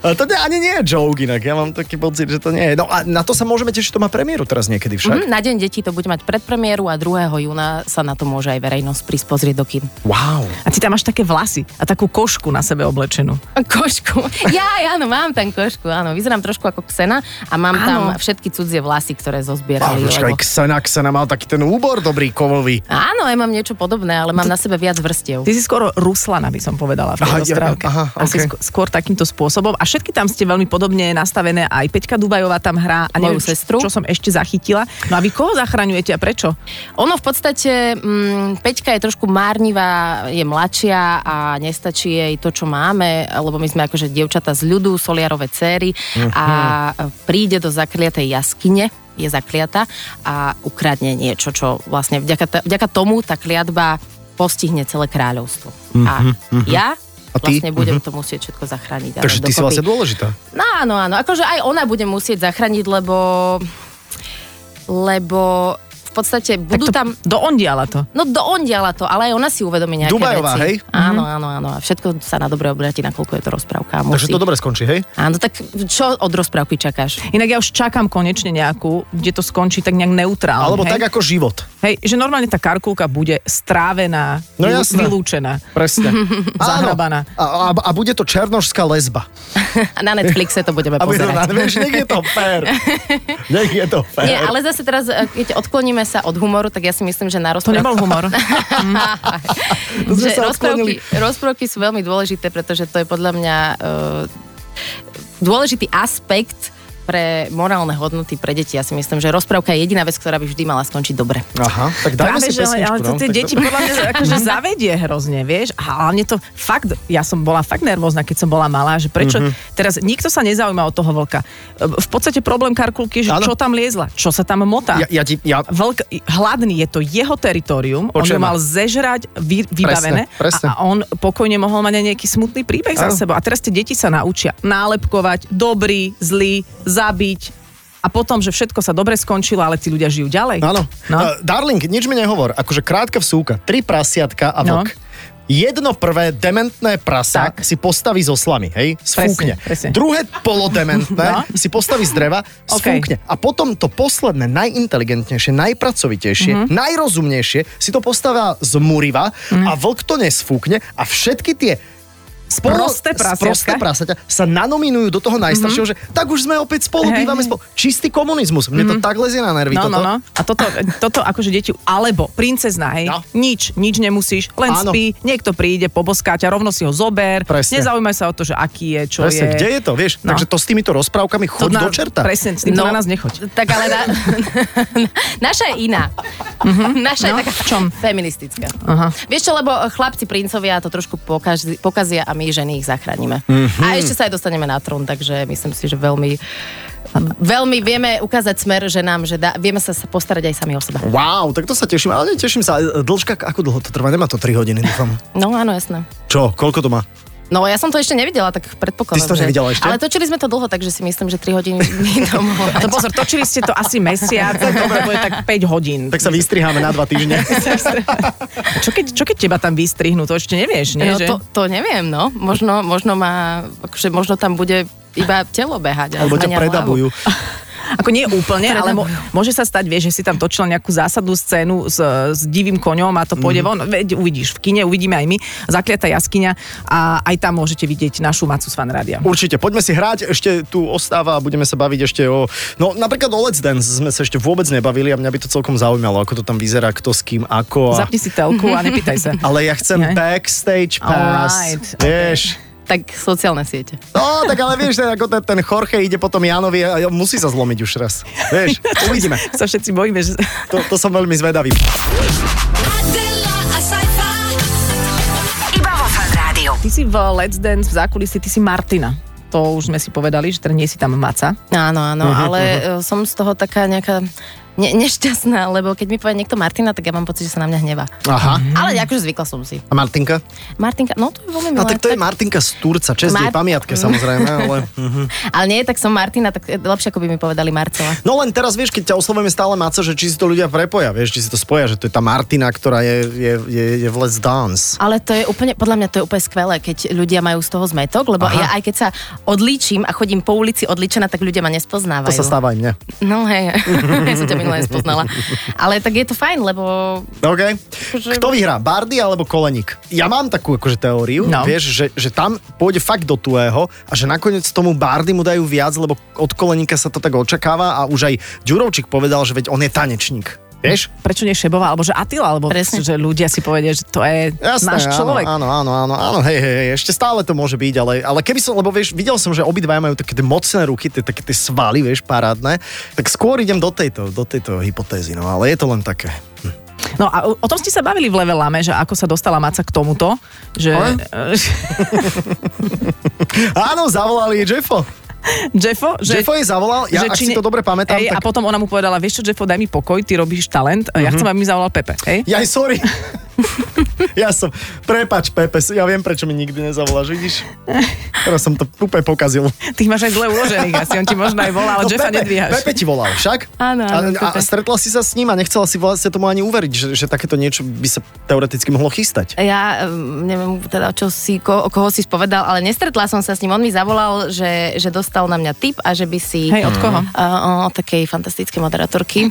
Speaker 3: Ale to ne- ani nie je joke inak, ja mám taký pocit, že to nie je. No a na to sa môžeme tešiť, to má premiéru teraz niekedy však.
Speaker 2: Mhm, na Deň detí to bude mať predpremiéru a 2. júna sa na to môže aj verejnosť prísť pozrieť do kin.
Speaker 3: Wow.
Speaker 4: A ty tam máš také vlasy a takú košku na sebe oblečenú.
Speaker 2: Košku. Ja, ja, áno, mám tam košku, áno. Vyzerám trošku ako Ksena a mám
Speaker 4: Áno.
Speaker 2: áno. tam všetky cudzie vlasy, ktoré
Speaker 3: A
Speaker 2: zozbierali.
Speaker 3: počkaj, Xena, Xena mal taký ten úbor dobrý, kovový.
Speaker 2: Áno, aj mám niečo podobné, ale mám na sebe viac vrstiev.
Speaker 4: Ty si skoro Ruslana, by som povedala v tej
Speaker 3: Aha, ja-
Speaker 4: rozprávke.
Speaker 3: aha,
Speaker 4: Asi
Speaker 3: okej.
Speaker 4: sk- skôr takýmto spôsobom. A všetky tam ste veľmi podobne nastavené. Aj Peťka Dubajová tam hrá. A
Speaker 2: Moju
Speaker 4: neviem, čo-
Speaker 2: sestru.
Speaker 4: Čo som ešte zachytila. No a vy koho zachraňujete a prečo?
Speaker 2: Ono v podstate, mm, Peťka je trošku márnivá, je mladšia a nestačí jej to, čo máme, lebo my sme akože dievčata z ľudu, soliarové céry a
Speaker 3: Mhm.
Speaker 2: príde do zakliatej jaskyne, je zakliata a ukradne niečo, čo vlastne vďaka, t- vďaka tomu tá kliatba postihne celé kráľovstvo. A ja
Speaker 3: Mhm, A ty? Mhm.
Speaker 2: vlastne budem to musieť všetko zachrániť. dávať
Speaker 3: Takže ty si
Speaker 2: dokopy.
Speaker 3: vlastne dôležitá.
Speaker 2: No áno, áno. Akože aj ona bude musieť zachrániť, lebo... Lebo v podstate budú
Speaker 4: to,
Speaker 2: tam...
Speaker 4: Do ondiala to.
Speaker 2: No do ondiala to, ale aj ona si uvedomí nejaké
Speaker 3: Dubajová,
Speaker 2: veci.
Speaker 3: hej?
Speaker 2: Áno, áno, áno. A všetko sa na dobre obráti, nakoľko je to rozprávka. a
Speaker 3: Takže
Speaker 2: Musí.
Speaker 3: to dobre skončí, hej?
Speaker 2: Áno, tak čo od rozprávky čakáš? [LAUGHS]
Speaker 4: Inak ja už čakám konečne nejakú, kde to skončí tak nejak neutrálne.
Speaker 3: Alebo
Speaker 4: hej?
Speaker 3: tak ako život.
Speaker 4: Hej, že normálne tá karkulka bude strávená,
Speaker 3: No
Speaker 4: vylú-
Speaker 3: jasné.
Speaker 4: vylúčená. [LAUGHS]
Speaker 3: Presne. Áno.
Speaker 4: Zahrabaná.
Speaker 3: A, a, a bude to černožská lesba.
Speaker 2: Na Netflixe to budeme
Speaker 3: Aby to,
Speaker 2: pozerať.
Speaker 3: [LAUGHS] vieš, nech je to [LAUGHS] fér. Nech je to fér.
Speaker 2: Nie, ale zase teraz, e, keď odkloníme sa od humoru, tak ja si myslím, že na
Speaker 3: [LAUGHS]
Speaker 4: To
Speaker 2: rozprávku... [LAUGHS]
Speaker 4: nebol humor.
Speaker 3: To sme
Speaker 2: že
Speaker 3: sa odklonili.
Speaker 2: rozprávky, rozprávky sú veľmi dôležité, pretože to je podľa mňa e, dôležitý aspekt pre morálne hodnoty pre deti. Ja si myslím, že rozprávka je jediná vec, ktorá by vždy mala skončiť dobre.
Speaker 3: Aha, tak dajme si
Speaker 4: že, ale,
Speaker 3: pesničku.
Speaker 4: ale to
Speaker 3: no,
Speaker 4: tie
Speaker 3: tak
Speaker 4: deti
Speaker 3: dobre.
Speaker 4: podľa mňa
Speaker 3: [LAUGHS]
Speaker 4: akože zavedie hrozne, vieš. A hlavne to fakt, ja som bola fakt nervózna, keď som bola malá, že prečo
Speaker 3: Mhm.
Speaker 4: mm-hmm. teraz nikto sa nezaujíma o toho vlka. E, V podstate problém karkulky, že
Speaker 3: Áno.
Speaker 4: čo tam liezla, čo sa tam motá.
Speaker 3: Ja, ja ti, ja,
Speaker 4: Vlk hladný, je to jeho teritorium, on ju
Speaker 3: Počujem.
Speaker 4: mal zežrať vy, vybavené
Speaker 3: presne.
Speaker 4: A, a on pokojne mohol mať aj nejaký smutný príbeh za
Speaker 3: Áno.
Speaker 4: sebou. A teraz tie deti sa naučia nálepkovať, dobrý, zlý, zabiť a potom, že všetko sa dobre skončilo, ale tí ľudia žijú ďalej. No.
Speaker 3: áno. No. Uh, darling, nič mi nehovor. Akože krátka vsúka. Tri prasiatka a
Speaker 4: No.
Speaker 3: vlk. No. jedno prvé dementné prasa
Speaker 4: Tak.
Speaker 3: tak. si postaví zo slamy, hej, sfúkne.
Speaker 4: presne.
Speaker 3: Druhé
Speaker 4: No.
Speaker 3: polodementné si postaví z dreva,
Speaker 4: Okej.
Speaker 3: sfúkne. A potom to posledné, najinteligentnejšie, najpracovitejšie,
Speaker 4: Mhm.
Speaker 3: mm-hmm. najrozumnejšie si to postavia z muriva mm-hmm. a vlk to nesfúkne a všetky tie spolo-
Speaker 4: Sprosté prasiatka. Mhm.
Speaker 3: sprosté prasiatka sa nanominujú do toho najstaršieho, mm-hmm. že tak už sme opäť spolu,
Speaker 4: Hej,
Speaker 3: bývame
Speaker 4: hej.
Speaker 3: spolu. Čistý komunizmus. Mne mm-hmm. to tak lezie na nervy.
Speaker 4: No, no,
Speaker 3: toto.
Speaker 4: no. A toto, toto akože deti, alebo princezná, hej,
Speaker 3: No.
Speaker 4: nič, nič nemusíš, len
Speaker 3: Áno.
Speaker 4: spí, niekto príde, poboská ťa, rovno si ho zober,
Speaker 3: Presne.
Speaker 4: nezaujímaj sa o to, že aký je, čo je.
Speaker 3: Presne, kde je to, vieš?
Speaker 4: No.
Speaker 3: No. Takže to s týmito rozprávkami
Speaker 4: To
Speaker 3: choď do čerta.
Speaker 4: Presne, s týmto no. na nás nechoď.
Speaker 2: Tak ale na, [LAUGHS] naša je iná. [LAUGHS] Naša je
Speaker 4: No,
Speaker 2: taká
Speaker 4: v čom?
Speaker 2: feministická.
Speaker 4: Aha.
Speaker 2: Vieš čo, lebo eh, chlapci princovia to trošku pokazi, pokazia a my ženy ich zachránime.
Speaker 4: Mhm.
Speaker 2: Mm-hmm. A ešte sa aj dostaneme na trón, takže myslím si, že veľmi, veľmi vieme ukázať smer ženám, že dá, vieme sa sa postarať aj sami o seba.
Speaker 3: Wow, tak to sa teším, ale teším sa. Dĺžka, ako dlho to trvá? Nemá to 3 hodiny, dúfam.
Speaker 2: No áno, jasné.
Speaker 3: Čo, koľko to má?
Speaker 2: No ja som to ešte nevidela, tak predpokladám.
Speaker 3: Ty si to
Speaker 2: že-
Speaker 3: nevidela ešte?
Speaker 2: Ale točili sme to dlho, takže si myslím, že 3 hodiny by to mohlo.
Speaker 4: [LAUGHS] A to pozor, točili ste to asi mesiac, [LAUGHS] dobre, bude tak 5 hodín.
Speaker 3: Tak sa vystriháme na 2 týždne.
Speaker 4: [LAUGHS] Čo keď, čo keď teba tam vystrihnú, to ešte nevieš, nie?
Speaker 2: No,
Speaker 4: že?
Speaker 2: to, to neviem, no. Možno, možno, má, akože možno tam bude iba telo behať. a
Speaker 3: Alebo ťa
Speaker 2: zháňa
Speaker 3: predabujú.
Speaker 4: Ako nie úplne, ale mo- môže sa stať, vieš, že si tam točila nejakú zásadnú scénu s, s divým koňom a to
Speaker 3: Mhm.
Speaker 4: pôjde von. Veď uvidíš, v kine uvidíme aj my. Zakliatá jaskyňa a aj tam môžete vidieť našu Macu z Fanrádia.
Speaker 3: Určite, poďme si hrať, ešte tu ostáva a budeme sa baviť ešte o... No napríklad o Let's Dance sme sa ešte vôbec nebavili a mňa by to celkom zaujímalo, ako to tam vyzerá, kto s kým, ako. A...
Speaker 4: Zapni si telku a nepýtaj sa.
Speaker 3: [LAUGHS] Ale ja chcem
Speaker 4: Ne?
Speaker 3: backstage pass.
Speaker 4: Alright, okay.
Speaker 3: Vieš,
Speaker 2: Alebo, tak sociálne siete.
Speaker 3: No, tak ale vieš, ten- ako ten, ten Jorge ide potom Janovi a musí sa zlomiť už raz. Vieš, uvidíme.
Speaker 4: sa všetci bojíme, že...
Speaker 3: To, to som veľmi zvedavý.
Speaker 5: Adela a Saifa.
Speaker 1: Iba vo Fan Rádiu.
Speaker 4: Ty si v Let's Dance v zákulisí, ty si Martina. To už sme si povedali, že teda nie si tam Maca.
Speaker 2: Áno, áno,
Speaker 3: Mhm,
Speaker 2: ale uh som z toho taká nejaká ne- nešťastná, lebo keď mi povie niekto Martina, tak ja mám pocit, že sa na mňa hnevá.
Speaker 3: Aha.
Speaker 2: Ale akože zvykla som si.
Speaker 3: Mhm. A Martinka?
Speaker 2: Martinka, no to je veľmi milé.
Speaker 3: No tak to je Martinka z Turca, čest jej
Speaker 2: Mar-
Speaker 3: pamiatke samozrejme, ale...
Speaker 2: Ale nie, tak som Martina, tak eh, lepšie ako by mi povedali Marcela.
Speaker 3: No len teraz vieš, keď ťa oslovujeme stále Maca, že či si to ľudia prepoja, vieš, či si to spoja, že to je tá Martina, ktorá je, je, je, je v Let's Dance.
Speaker 2: Ale to je úplne, podľa mňa to je úplne skvelé, keď ľudia majú z toho zmetok, lebo Aha. ja aj keď sa odlíčim a chodím po ulici odlíčená, tak ľudia ma
Speaker 3: To
Speaker 2: nespoznávajú.
Speaker 3: sa stáva aj mne.
Speaker 2: No hej, [LAUGHS] ja som ťa minule nespoznala. Ale tak je to fajn, lebo
Speaker 3: OK.
Speaker 2: Že-
Speaker 3: Kto vyhrá, Bardy alebo Koleník? Ja mám takú akože teóriu,
Speaker 4: No.
Speaker 3: no. vieš, že, že tam pôjde fakt do tuého a že nakoniec tomu Bardy mu dajú viac, lebo od Koleníka sa to tak očakáva a už aj Ďurovčík povedal, že veď on je tanečník. Vieš?
Speaker 4: Prečo nie Šebová, alebo že Atila, alebo
Speaker 2: Presne.
Speaker 4: že ľudia si povedia, že to je náš človek.
Speaker 3: Áno, áno, áno, áno, hej, hej, hej, ešte stále to môže byť, ale, ale keby som, lebo vieš, videl som, že obidvaja majú také tie mocné ruky, tie, také tie svaly, vieš, parádne, tak skôr idem do tejto, do tejto hypotézy, no ale je to len také.
Speaker 4: No a o o tom ste sa bavili v Levelame, že ako sa dostala Maca k tomuto, že
Speaker 3: Áno, zavolali Jeffo.
Speaker 4: [LAUGHS] Jeffo, že...
Speaker 3: Jeffo jej zavolal, ja, ak
Speaker 4: či
Speaker 3: si to dobre pamätám,
Speaker 4: Hej,
Speaker 3: tak-
Speaker 4: A
Speaker 3: Mhm.
Speaker 4: potom ona mu povedala, vieš čo, Jeffo, daj mi pokoj, ty robíš talent, ja chcem, aby mi zavolal Pepe. Hej? [LAUGHS]
Speaker 3: Jaj, sorry. [LAUGHS] ja som, prepač Pepe, ja viem, prečo mi nikdy nezavoláš, vidíš? Teraz som to úplne pokazil.
Speaker 4: Ty ich máš aj zle uložených, asi on ti možno aj volá, ale
Speaker 3: No,
Speaker 4: Jeffa
Speaker 3: Pepe,
Speaker 4: nedvíhaš.
Speaker 3: Pepe ti volal, však?
Speaker 2: Áno, áno,
Speaker 3: a, a
Speaker 2: Pepe.
Speaker 3: stretla si sa s ním a nechcela si vlastne tomu ani uveriť, že, že takéto niečo by sa teoreticky mohlo chystať.
Speaker 2: ja um, neviem teda, čo si, ko, o koho si spovedal, ale nestretla som sa s ním. On mi zavolal, že, že dostal na mňa tip a že by si...
Speaker 4: Hej, od
Speaker 3: Mhm.
Speaker 4: koho?
Speaker 2: Uh, o takej fantastickej moderatorky.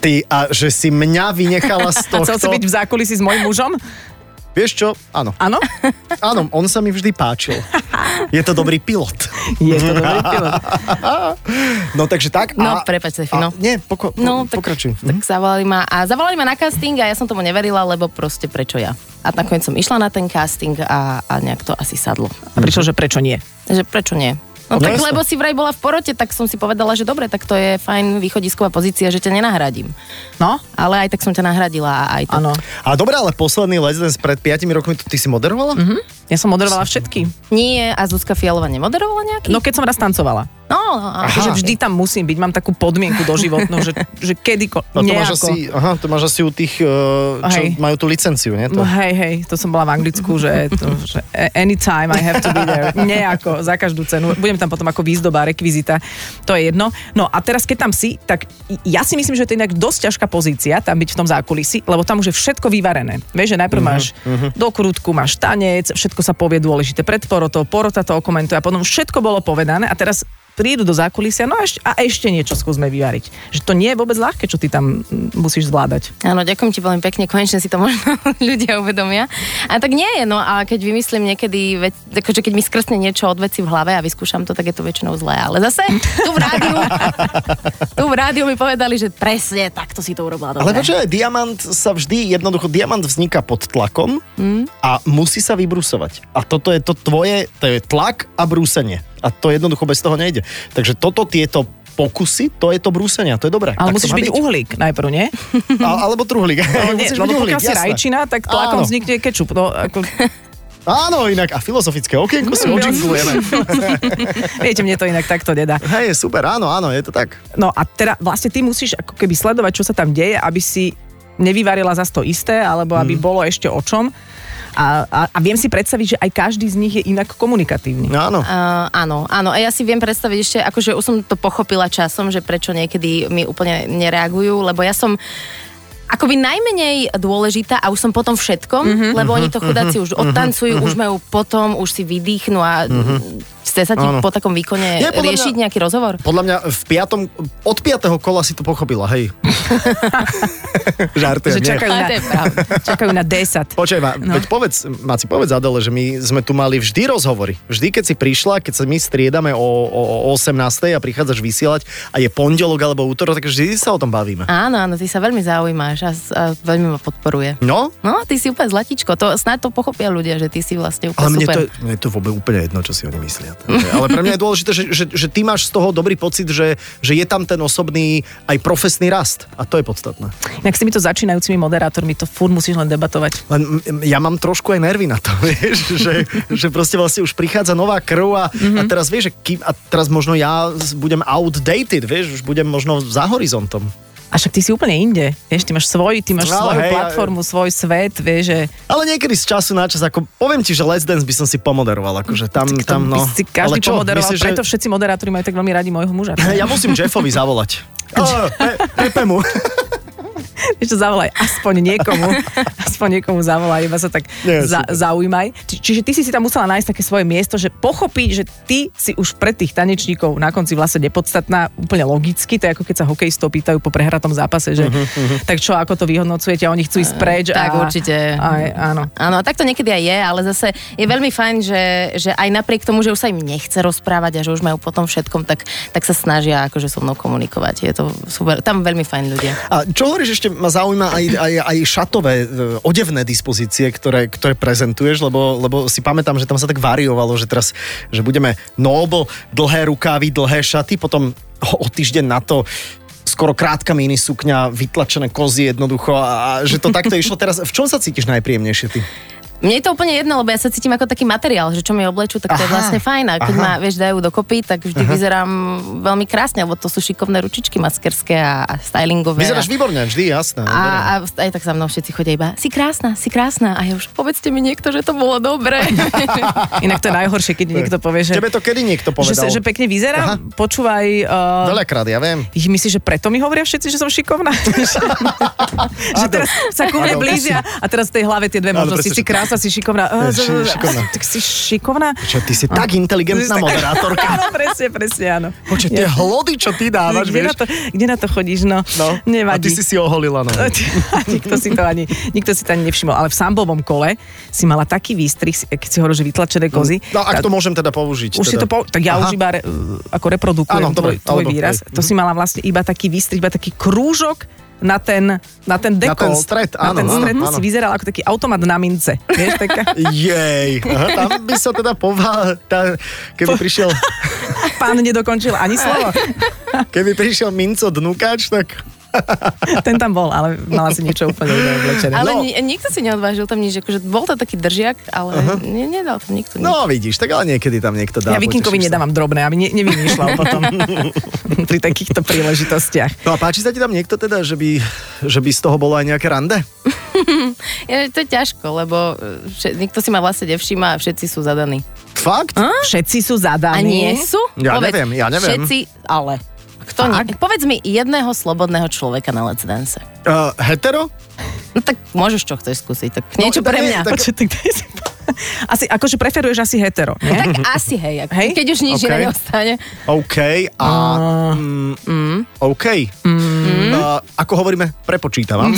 Speaker 3: Ty, a že si mňa vynechala z
Speaker 4: [LAUGHS] A
Speaker 3: tohto...
Speaker 4: chcel si byť v zákulisí s mojim mužom?
Speaker 3: Vieš čo? Áno.
Speaker 4: Áno?
Speaker 3: [LAUGHS] Áno, on sa mi vždy páčil. Je to dobrý pilot. [LAUGHS]
Speaker 4: Je to dobrý pilot.
Speaker 3: No takže tak.
Speaker 2: No, prepáč, Sefi, no.
Speaker 3: a- Nie, poko-
Speaker 2: No,
Speaker 3: no,
Speaker 2: tak,
Speaker 3: pokračuj.
Speaker 2: tak zavolali ma a zavolali ma na casting a ja som tomu neverila, lebo proste prečo ja. A nakoniec som išla na ten casting a, a nejak to asi sadlo.
Speaker 4: A prišlo, že prečo nie.
Speaker 2: Takže prečo nie? No
Speaker 3: No
Speaker 2: tak
Speaker 3: jasné.
Speaker 2: lebo si vraj bola v porote, tak som si povedala, že dobre, tak to je fajn východisková pozícia, že ťa nenahradím.
Speaker 4: No?
Speaker 2: Ale aj tak som ťa nahradila a aj tak.
Speaker 4: Áno.
Speaker 3: A dobre, ale posledný Let's Dance pred 5 rokmi, to ty si
Speaker 2: Mhm.
Speaker 3: moderovala? Mm-hmm.
Speaker 4: Ja som moderovala všetky.
Speaker 2: Nie, a Zuzka Fialová nemoderovala nejaký?
Speaker 4: No
Speaker 3: No.
Speaker 4: keď som raz tancovala.
Speaker 2: No, no, áno.
Speaker 4: Aha. Že vždy tam musím byť, mám takú podmienku doživotnú, že, že kedykoľvek,
Speaker 3: No to máš,
Speaker 4: nejako.
Speaker 3: asi, aha, to máš asi u tých, eh, čo
Speaker 4: Hej.
Speaker 3: majú tú licenciu, nie?
Speaker 4: No
Speaker 3: To,
Speaker 4: hej, hej, to som bola v Anglicku, že, to, že anytime I have to be
Speaker 3: [LAUGHS]
Speaker 4: there. Nejako, za každú cenu. Budem tam potom ako výzdoba, rekvizita, to je jedno. No a teraz, keď tam si, tak ja si myslím, že to je inak dosť ťažká pozícia tam byť v tom zákulisí, lebo tam už je všetko vyvarené. Vieš, že
Speaker 3: Mhm,
Speaker 4: najprv máš do krútku, máš tanec, všetko sa povie dôležité pred porotou, porota to okomentuje a potom všetko bolo povedané a teraz prídu do zákulisia, no a ešte, a ešte niečo skúsme vyvariť. Že to nie je vôbec ľahké, čo ty tam mm, musíš zvládať.
Speaker 2: Áno, ďakujem ti veľmi pekne, konečne si to možno [LAUGHS] ľudia uvedomia. A tak nie je, no a keď vymyslím niekedy, vec, akože keď mi skrsne niečo od veci v hlave a vyskúšam to, tak je to väčšinou zlé. Ale zase tu v rádiu,
Speaker 3: [LAUGHS]
Speaker 2: tu v rádiu mi povedali, že presne takto si to urobila dobre.
Speaker 3: ale počkaj, diamant sa vždy, jednoducho, diamant vzniká pod tlakom
Speaker 4: Hmm.
Speaker 3: a musí sa vybrusovať. A toto je to tvoje, to je tlak a brúsenie. A to jednoducho bez toho nejde. Takže toto, tieto pokusy, to je to brúsenie, a to je dobré.
Speaker 4: Ale
Speaker 3: Tak to
Speaker 4: musíš
Speaker 3: má
Speaker 4: byť uhlík najprv, nie?
Speaker 3: A, alebo
Speaker 4: [LAUGHS]
Speaker 3: truhlík.
Speaker 4: No, nie,
Speaker 3: musíš byť
Speaker 4: lebo
Speaker 3: uhlík,
Speaker 4: pokiaľ si
Speaker 3: jasné.
Speaker 4: rajčina, tak tlakom
Speaker 3: Áno.
Speaker 4: vznikne kečup. No, ako, [LAUGHS]
Speaker 3: Áno, inak a filozofické okienko
Speaker 4: Mm,
Speaker 3: si odžinglujeme.
Speaker 4: viete, mne to inak takto nedá.
Speaker 3: [LAUGHS] Hej, super, áno, áno, je to tak.
Speaker 4: No a teda vlastne ty musíš ako keby sledovať, čo sa tam deje, aby si nevyvarila zas to isté, alebo aby
Speaker 3: Mhm.
Speaker 4: bolo ešte o čom. A, a, a viem si predstaviť, že aj každý z nich je inak komunikatívny.
Speaker 3: No, áno.
Speaker 2: Uh, áno, áno. A ja si viem predstaviť ešte, akože už som to pochopila časom, že prečo niekedy mi úplne nereagujú, lebo ja som akoby najmenej dôležitá a už som potom všetkom,
Speaker 3: Mhm.
Speaker 2: mm-hmm, lebo oni to chudáci už odtancujú, mm-hmm, už majú potom, už si vydýchnú a mm-hmm. chce sa ti
Speaker 3: Mhm. Áno.
Speaker 2: po takom výkone
Speaker 3: Nie, podľa mňa-
Speaker 2: riešiť nejaký rozhovor?
Speaker 3: Podľa mňa v piatom, od piatého kola si to pochopila,
Speaker 4: [LAUGHS]
Speaker 3: hej. Žartujem,
Speaker 4: Že
Speaker 3: nie.
Speaker 4: čakajú
Speaker 2: Ale
Speaker 4: na,
Speaker 2: to je pravda.
Speaker 4: [LAUGHS] čakajú na 10.
Speaker 3: Počkaj, ma, no. veď povedz, Maci, povedz Adele, že my sme tu mali vždy rozhovory. Vždy, keď si prišla, keď sa my striedame o, o, o 18. a prichádzaš vysielať a je pondelok alebo útorok, tak vždy sa o tom bavíme.
Speaker 2: Áno, áno, ty sa veľmi zaujímáš a, s- a veľmi ma podporuje.
Speaker 3: No,
Speaker 2: No, ty si úplne zlatičko, to snáď to pochopia ľudia, že ty si vlastne úplne
Speaker 3: ale mne
Speaker 2: super.
Speaker 3: to, mne to vôbec úplne jedno, čo si oni [LAUGHS] myslia. Ale pre mňa je dôležité, že, že, že ty máš z toho dobrý pocit, že, že je tam ten osobný aj profesný rast. A to je podstatné.
Speaker 4: Inak s týmito začínajúcimi moderátormi to furt musíš len debatovať.
Speaker 3: Len m- m- ja mám trošku aj nervy na to, [LAUGHS] vieš, že, že proste vlastne už prichádza nová krv a, mm-hmm. a
Speaker 4: Mhm.
Speaker 3: teraz vieš, že kým, a teraz možno ja z- budem outdated, vieš, už budem možno za horizontom.
Speaker 4: A však ty si úplne inde. Vieš, ty máš svoj, ty máš
Speaker 3: No,
Speaker 4: svoju
Speaker 3: hej,
Speaker 4: platformu, svoj svet, vieš, že
Speaker 3: Ale niekedy z času na čas, ako poviem ti, že Let's Dance by som si pomoderoval, akože tam,
Speaker 4: K tomu
Speaker 3: tam, no.
Speaker 4: by si každý
Speaker 3: Ale čo,
Speaker 4: pomoderoval,
Speaker 3: myslíš,
Speaker 4: preto
Speaker 3: že...
Speaker 4: všetci moderátori majú tak veľmi radi môjho muža.
Speaker 3: [LAUGHS] Ja musím Jeffovi
Speaker 4: [LAUGHS]
Speaker 3: zavolať. Ó, pe, Pepe mu.
Speaker 4: Ešte zavolaj aspoň
Speaker 3: [LAUGHS]
Speaker 4: niekomu, aspoň niekomu zavolaj, iba sa tak
Speaker 3: Nie,
Speaker 4: za,
Speaker 3: super.
Speaker 4: zaujímaj. Či, čiže ty si si tam musela nájsť také svoje miesto, že pochopiť, že ty si už pre tých tanečníkov na konci vlastne nepodstatná, úplne logicky, to je ako keď sa hokejistov pýtajú po prehratom zápase, že
Speaker 3: Mhm,
Speaker 4: tak čo, ako to vyhodnocujete, a oni chcú ísť preč.
Speaker 2: tak,
Speaker 4: a,
Speaker 2: určite.
Speaker 4: Aj, áno.
Speaker 2: Áno, a tak to niekedy aj je, ale zase je veľmi fajn, že, že aj napriek tomu, že už sa im nechce rozprávať a že už majú potom všetkom, tak, tak sa snažia akože so mnou komunikovať. Je to super, tam veľmi fajn ľudia.
Speaker 3: A čo hovoríš ešte, ma zaujíma aj, aj, aj šatové, e, odevné dispozície, ktoré, ktoré prezentuješ, lebo, lebo si pamätám, že tam sa tak variovalo, že teraz, že budeme noble, dlhé rukávy, dlhé šaty, potom o, o týždeň na to skoro krátka minisukňa, vytlačené kozy jednoducho a, a že to takto išlo teraz. V čom sa cítiš najpríjemnejšie ty?
Speaker 2: Mne je to úplne jedno, lebo ja sa cítim ako taký materiál, že čo mi oblečú, tak to je
Speaker 3: Aha.
Speaker 2: vlastne fajn. A keď
Speaker 3: Aha.
Speaker 2: ma, vieš, dajú dokopy, tak vždy Aha. vyzerám veľmi krásne, lebo to sú šikovné ručičky maskerské a, a stylingové.
Speaker 3: Vyzeráš
Speaker 2: a...
Speaker 3: výborne, vždy, jasné.
Speaker 2: A,
Speaker 3: výborne.
Speaker 2: a aj tak za mnou všetci chodia iba, si krásna, si krásna. A ja už, povedzte mi niekto, že to bolo
Speaker 3: [LAUGHS]
Speaker 2: dobré.
Speaker 4: Inak to je najhoršie, keď niekto povie, že,
Speaker 3: Tebe to kedy
Speaker 4: že,
Speaker 3: niekto povedal?
Speaker 4: sa- že pekne vyzerá,
Speaker 3: Aha. No,
Speaker 4: počúvaj... Uh,
Speaker 3: Veľakrát, ja viem.
Speaker 4: Ich myslíš, že preto mi hovoria všetci, že som
Speaker 3: [LAUGHS]
Speaker 4: šikovná? že teraz sa ku mne
Speaker 3: Áno,
Speaker 4: blížia a teraz v tej hlave tie dve
Speaker 3: Áno,
Speaker 4: možnosti.
Speaker 3: presne,
Speaker 4: Si
Speaker 3: že-
Speaker 4: krásna, si šikovná.
Speaker 3: Si šikovná.
Speaker 4: Tak si šikovná?
Speaker 3: Čo, ty si tak inteligentná
Speaker 4: Ty si tak-
Speaker 3: moderátorka.
Speaker 4: [LAUGHS] Áno, presne, presne, áno.
Speaker 3: Počkaj, tie hlody, čo ty dávaš,
Speaker 4: Kde na,
Speaker 3: vieš?
Speaker 4: to, kde na to chodíš? No,
Speaker 3: No, a ty
Speaker 4: nevadí.
Speaker 3: si
Speaker 4: [LAUGHS]
Speaker 3: si oholila, no.
Speaker 4: nikto si to ani, nikto si to ani nevšimol. Ale v sambovom kole si mala taký výstrih, si- keď si hovoril, že vytlačené kozy.
Speaker 3: No, ak to môžem teda použiť.
Speaker 4: Už si to
Speaker 3: teda.
Speaker 4: po, tak ja Aha.
Speaker 3: Aha.
Speaker 4: už iba re, ako reprodukujem
Speaker 3: Áno,
Speaker 4: Áno,
Speaker 3: dobre, Mhm.
Speaker 4: tvoj, tvoj
Speaker 3: alebo-
Speaker 4: výraz.
Speaker 3: hej.
Speaker 4: To si mala vlastne iba taký výstrih, iba taký krúžok na ten, na ten
Speaker 3: Na ten
Speaker 4: dekolt.
Speaker 3: stred,
Speaker 4: Na
Speaker 3: áno,
Speaker 4: ten
Speaker 3: áno,
Speaker 4: stred no,
Speaker 3: áno.
Speaker 4: si vyzeral ako taký automat na mince. Vieš, taká, [LAUGHS]
Speaker 3: Jej, Aha, tam by sa teda pová, tá, keby, prišiel, [LAUGHS]
Speaker 4: pán nedokončil ani slovo.
Speaker 3: keby prišiel Minco Dnukáč, tak
Speaker 4: Ten tam bol, ale mala si niečo úplne iné oblečené.
Speaker 2: Ale no.
Speaker 3: No.
Speaker 2: nikto si neodvážil tam nič, akože bol to taký držiak, ale ne, nedal tam nikto nič.
Speaker 3: No vidíš, tak ale niekedy tam niekto dá.
Speaker 4: No, Ja Vikingovi
Speaker 3: potešíš sa.
Speaker 4: nedávam drobné, aby ne, nevymýšľal
Speaker 3: [LAUGHS]
Speaker 4: potom pri takýchto príležitostiach.
Speaker 3: No a páči sa ti tam niekto teda, že by, že by z toho bolo aj nejaké rande?
Speaker 2: Je to ťažko, lebo e, všet, nikto si ma vlastne nevšíma a všetci sú zadaní.
Speaker 3: Fakt?
Speaker 4: Všetci
Speaker 2: Hm? A
Speaker 4: sú zadaní.
Speaker 2: nie sú?
Speaker 3: Ja neviem, ja neviem.
Speaker 2: Všetci, ale. Kto nie? Povedz mi jedného slobodného človeka na Let's Dance.
Speaker 3: Uh, hetero?
Speaker 2: No tak môžeš čo chceš skúsiť, tak
Speaker 3: No,
Speaker 2: niečo pre mňa.
Speaker 4: Tak... Počkej, tak daj si- Asi, akože preferuješ asi hetero, nie?
Speaker 2: Tak asi, hej, ako,
Speaker 4: Hej?
Speaker 2: keď už nič
Speaker 3: OK.
Speaker 2: iné neostane.
Speaker 3: OK a... Mm, OK.
Speaker 2: Mm.
Speaker 3: Uh, ako hovoríme,
Speaker 2: [LAUGHS]
Speaker 3: prepočítavam.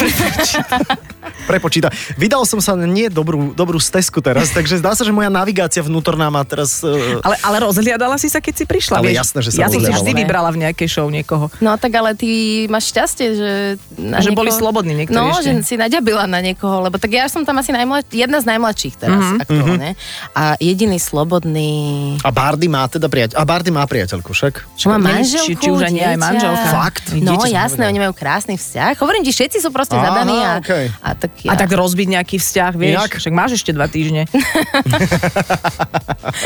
Speaker 3: Prepočíta. Vydal som sa na nie dobrú, dobrú stezku teraz, takže zdá sa, že moja navigácia vnútorná má teraz... Uh,
Speaker 4: Ale, ale rozhliadala si sa, keď si prišla.
Speaker 3: Ale
Speaker 4: vieš?
Speaker 3: jasné, že
Speaker 4: Ja
Speaker 3: sa
Speaker 4: som si
Speaker 3: rozhliadala.
Speaker 4: vždy vybrala v nejakej show niekoho.
Speaker 2: No tak ale ty máš šťastie, že... na
Speaker 4: Že boli slobodní niektorí
Speaker 2: No,
Speaker 4: ešte.
Speaker 2: že si naďabila na niekoho, lebo tak ja som tam asi najmlad... jedna z najmladších teraz
Speaker 4: Mhm,
Speaker 2: mm-hmm. aktuálne. A jediný slobodný...
Speaker 3: a Bardy má teda priateľ... A Bardy má priateľku,
Speaker 2: [LAUGHS]
Speaker 3: však?
Speaker 2: Čo má
Speaker 4: neviem,
Speaker 2: manželku,
Speaker 4: či- či už aj nie, aj
Speaker 2: dieťa.
Speaker 4: manželka.
Speaker 3: Fakt?
Speaker 2: No
Speaker 4: Dieťa som
Speaker 2: jasné,
Speaker 4: nevedel.
Speaker 2: oni majú krásny vzťah. Hovorím ti, všetci sú proste
Speaker 3: Aha,
Speaker 2: zadaní a,
Speaker 3: okej.
Speaker 2: a tak
Speaker 4: A
Speaker 2: ja.
Speaker 4: tak rozbiť nejaký vzťah, vieš?
Speaker 3: Inak?
Speaker 4: Však máš ešte dva týždne.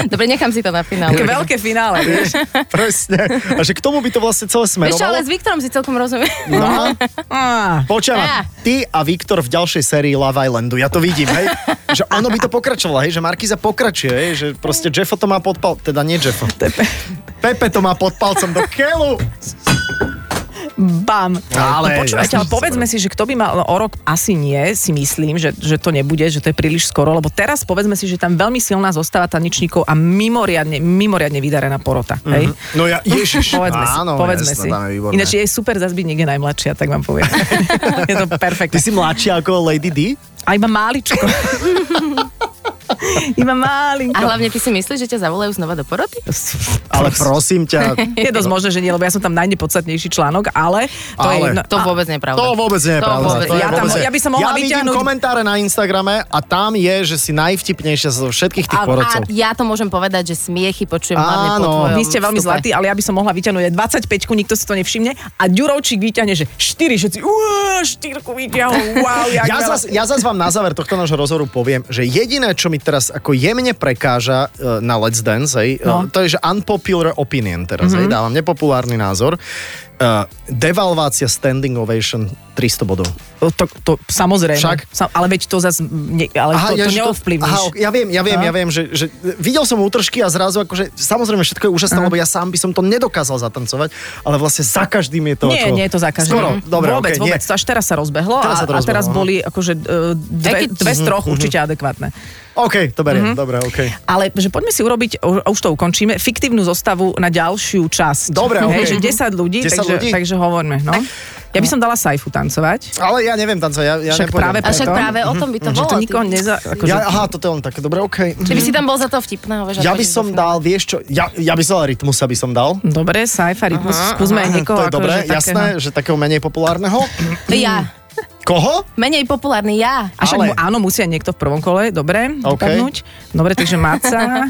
Speaker 2: Dobre, nechám si to na finále.
Speaker 3: [LAUGHS]
Speaker 4: Také veľké finále, vieš?
Speaker 3: Presne. A že k tomu by to vlastne celé
Speaker 2: Vieš,
Speaker 3: smerovalo?
Speaker 2: ale s Viktorom si celkom rozumiem.
Speaker 3: No,
Speaker 4: Á,
Speaker 3: Počúva,
Speaker 2: Á.
Speaker 3: ty a Viktor v ďalšej sérii Love Islandu, ja to vidím, hej? Že ono by to pokračovalo, hej? Že Markiza pokračuje, hej? Že proste Jeffo to má pod pal... Teda nie Jeffo. Pepe. Pepe to má pod palcom do keľu.
Speaker 4: Bam.
Speaker 3: Ale
Speaker 4: no, počúvajte,
Speaker 3: jasne,
Speaker 4: ale
Speaker 3: že
Speaker 4: povedzme si, že kto by mal no, o rok, asi nie, si myslím, že, že to nebude, že to je príliš skoro, lebo teraz povedzme si, že tam veľmi silná zostáva tanečníkov a mimoriadne, mimoriadne vydarená porota. Hej?
Speaker 3: No ja, ježiš.
Speaker 4: Povedzme si,
Speaker 3: áno,
Speaker 4: povedzme
Speaker 3: jasné,
Speaker 4: si.
Speaker 3: dáme výborné.
Speaker 4: Ináč je super zase byť niekde najmladšia, tak vám poviem. [LAUGHS] je to perfektné.
Speaker 3: Ty si mladšia ako Lady D?
Speaker 4: A iba
Speaker 2: [LAUGHS]
Speaker 4: máličko. iba málinko.
Speaker 2: A hlavne ty si myslíš, že ťa zavolajú znova do poroty?
Speaker 3: Ale prosím ťa,
Speaker 4: [LAUGHS] Je dosť možné, že nie, lebo ja som tam najnepodstatnejší článok, ale to je
Speaker 3: Ale-
Speaker 4: jedno.
Speaker 2: To vôbec nie je pravda.
Speaker 3: To vôbec nie je
Speaker 2: To
Speaker 3: pravda.
Speaker 2: vôbec-
Speaker 3: to je
Speaker 4: Ja tam-
Speaker 3: vôbec nie.
Speaker 4: ja by som mohla
Speaker 3: ja vidím
Speaker 4: vyťahnuť-
Speaker 3: komentáre na Instagrame a tam je, že si najvtipnejšia zo všetkých tých
Speaker 2: A, a
Speaker 3: porodcov.
Speaker 2: ja to môžem povedať, že smiechy počujem hlavne po
Speaker 3: Áno.
Speaker 2: tvojom
Speaker 4: Vy ste veľmi
Speaker 2: vstupe.
Speaker 4: zlatí, ale ja by som mohla vyťahnuť aj 25 nikto si to nevšimne. A Ďurovčík vyťahne, že 4, všetci, uá, 4 vyťahol, wow, jak
Speaker 3: [LAUGHS] Ja
Speaker 4: veľa."
Speaker 3: zas, ja zas vám na záver tohto nášho rozhovoru poviem, že jediné, čo mi teraz ako jemne prekáža e, na Let's Dance, hej,
Speaker 4: No. Mhm.
Speaker 3: no. to je, že unpopular opinion teraz, mm-hmm. hej, dávam nepopulárny názor, Uh, devalvácia standing ovation 300 bodov.
Speaker 4: To, to, to, samozrejme.
Speaker 3: Však.
Speaker 4: Sa, ale veď to zase, ne, ale aha, to,
Speaker 3: ja,
Speaker 4: to
Speaker 3: že
Speaker 4: neovplyvníš.
Speaker 3: aha, ja viem, ja viem,
Speaker 4: Aha.
Speaker 3: ja viem, že, že videl som útržky a zrazu akože, samozrejme všetko je úžasné, lebo ja sám by som to nedokázal zatancovať, ale vlastne za každým je to
Speaker 4: Nie,
Speaker 3: ako...
Speaker 4: nie je to za každým.
Speaker 3: Skoro, dobre,
Speaker 4: vôbec,
Speaker 3: okay,
Speaker 4: vôbec,
Speaker 3: Nie.
Speaker 4: to až teraz sa rozbehlo
Speaker 3: Teraz
Speaker 4: a,
Speaker 3: sa to
Speaker 4: a teraz
Speaker 3: rozbehlo, Mhm,
Speaker 4: boli akože e, dve,
Speaker 2: Aj keď-
Speaker 4: dve z troch určite adekvátne.
Speaker 3: OK, to
Speaker 4: Mhm.
Speaker 3: beriem, mm-hmm. dobre, OK.
Speaker 4: Ale že poďme si urobiť, u- už to ukončíme, fiktívnu zostavu na ďalšiu časť.
Speaker 3: Dobre,
Speaker 4: Hej, že
Speaker 3: okej.
Speaker 4: 10 ľudí,
Speaker 3: 10
Speaker 4: takže,
Speaker 3: ľudí?
Speaker 4: takže hovorme. No. Ja by som dala sajfu tancovať.
Speaker 3: Ale ja neviem tancovať, ja, ja
Speaker 4: Však
Speaker 3: nepôjdem.
Speaker 4: práve
Speaker 2: A však
Speaker 4: preto.
Speaker 2: práve o tom by to
Speaker 4: Že
Speaker 2: bolo.
Speaker 4: to
Speaker 2: ty-
Speaker 4: nikoho neza... Akože,
Speaker 3: Ja, aha, toto je len také, dobre, OK.
Speaker 2: Či by si tam bol za toho vtipného? Vieš, ako
Speaker 3: Ja by
Speaker 2: ideš do
Speaker 3: som
Speaker 2: finále.
Speaker 3: dal, vieš čo, ja, ja by som dal rytmus, aby som dal.
Speaker 4: Dobre, sajfa, rytmus, skúsme aj niekoho.
Speaker 3: to je
Speaker 4: akože
Speaker 3: dobré,
Speaker 4: takého.
Speaker 3: jasné, že takého menej populárneho.
Speaker 2: Ja.
Speaker 3: Koho?
Speaker 2: Menej populárny ja.
Speaker 4: A však
Speaker 3: Ale-
Speaker 4: mu, áno, musia niekto v prvom kole, dobre,
Speaker 3: OK.
Speaker 4: dopadnúť. Dobre, takže Maca,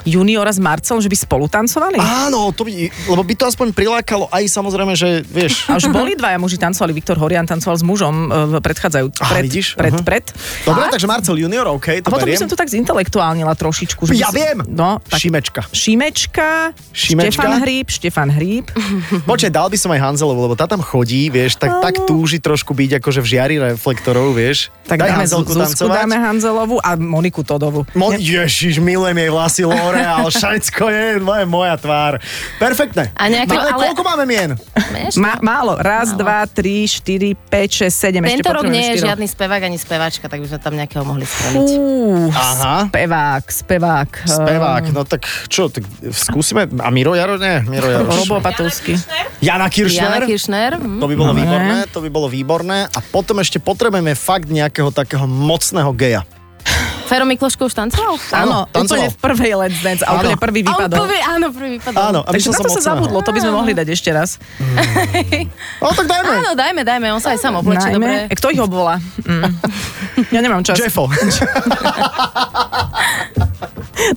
Speaker 4: Juniora s Marcelom, že by spolu tancovali?
Speaker 3: Áno, to by, lebo by to aspoň prilákalo aj samozrejme, že vieš,
Speaker 4: A už boli dvaja muži tancovali, Viktor Horian tancoval s mužom e, v predchádzajú
Speaker 3: Á,
Speaker 4: pred,
Speaker 3: vidíš?
Speaker 4: pred,
Speaker 3: Aha.
Speaker 4: pred.
Speaker 3: dobre,
Speaker 4: A-
Speaker 3: takže Marcel Junior,
Speaker 4: A
Speaker 3: OK, to
Speaker 4: potom by
Speaker 3: beriem.
Speaker 4: som to tak zintelektuálnila trošičku. Že by
Speaker 3: Ja
Speaker 4: si-
Speaker 3: viem,
Speaker 4: No, tak
Speaker 3: Šimečka.
Speaker 4: Šimečka,
Speaker 3: Šimečka?
Speaker 4: Štefan Hríb, Štefan Hríb.
Speaker 3: Počkaj, dal by som aj Hanzelovu, lebo tá tam chodí, vieš, tak, tak túži trošku byť akože v žiari reflektorov, vieš.
Speaker 4: Tak
Speaker 3: Daj
Speaker 4: dáme
Speaker 3: Hanzelku
Speaker 4: Zuzku,
Speaker 3: tancovať.
Speaker 4: dáme Hanzelovu a Moniku Todovu.
Speaker 3: Mo- Ježiš, milujem jej vlasy
Speaker 2: [LAUGHS]
Speaker 3: L'Oreal, šajcko je, moje, moja tvár. Perfektné.
Speaker 2: A nejaké-
Speaker 3: Máme-
Speaker 2: ale- Ehm.
Speaker 3: Koľko máme mien?
Speaker 2: Vieš?
Speaker 4: Ma, málo. Raz, málo. dva, tri, štyri, päť, šesť, sedem.
Speaker 2: Tento
Speaker 4: Ešte
Speaker 2: rok
Speaker 4: potrebujem
Speaker 2: nie je
Speaker 4: štyroch.
Speaker 2: žiadny spevák ani speváčka, tak by sme tam nejakého mohli spraviť.
Speaker 4: Fú,
Speaker 3: Aha.
Speaker 4: Spevák, spevák.
Speaker 3: Spevák, no tak čo, tak skúsime, a Miro Jaro, nie, Miro
Speaker 4: Ehm,
Speaker 3: Jaroš.
Speaker 4: Robo Patovský.
Speaker 3: Jana
Speaker 2: Jana
Speaker 3: Kiršner.
Speaker 2: Kiršner. hm.
Speaker 3: To by bolo
Speaker 4: Dobre.
Speaker 3: výborné, to by bolo výborné. A potom ešte potrebujeme fakt nejakého takého mocného geja.
Speaker 2: Fero Mikloško už tancoval?
Speaker 4: Áno, úplne
Speaker 3: tancoval.
Speaker 4: v prvej Let's Dance a úplne
Speaker 3: Áno.
Speaker 4: prvý
Speaker 2: Áno,
Speaker 4: vypadol.
Speaker 2: prvý, áno, prvý vypadol. [LAUGHS]
Speaker 3: Áno, aby
Speaker 4: Takže na
Speaker 3: som sa
Speaker 4: to sa
Speaker 3: mocného.
Speaker 4: zabudlo, to by sme mohli dať ešte raz.
Speaker 3: No tak dajme.
Speaker 2: Áno, dajme, dajme, on sa aj sám oblečí, dobre.
Speaker 4: Najmä, E, kto ich obvolá?
Speaker 3: [LAUGHS]
Speaker 4: Mm. Ja nemám čas.
Speaker 3: Jeffo.
Speaker 4: tak [LAUGHS]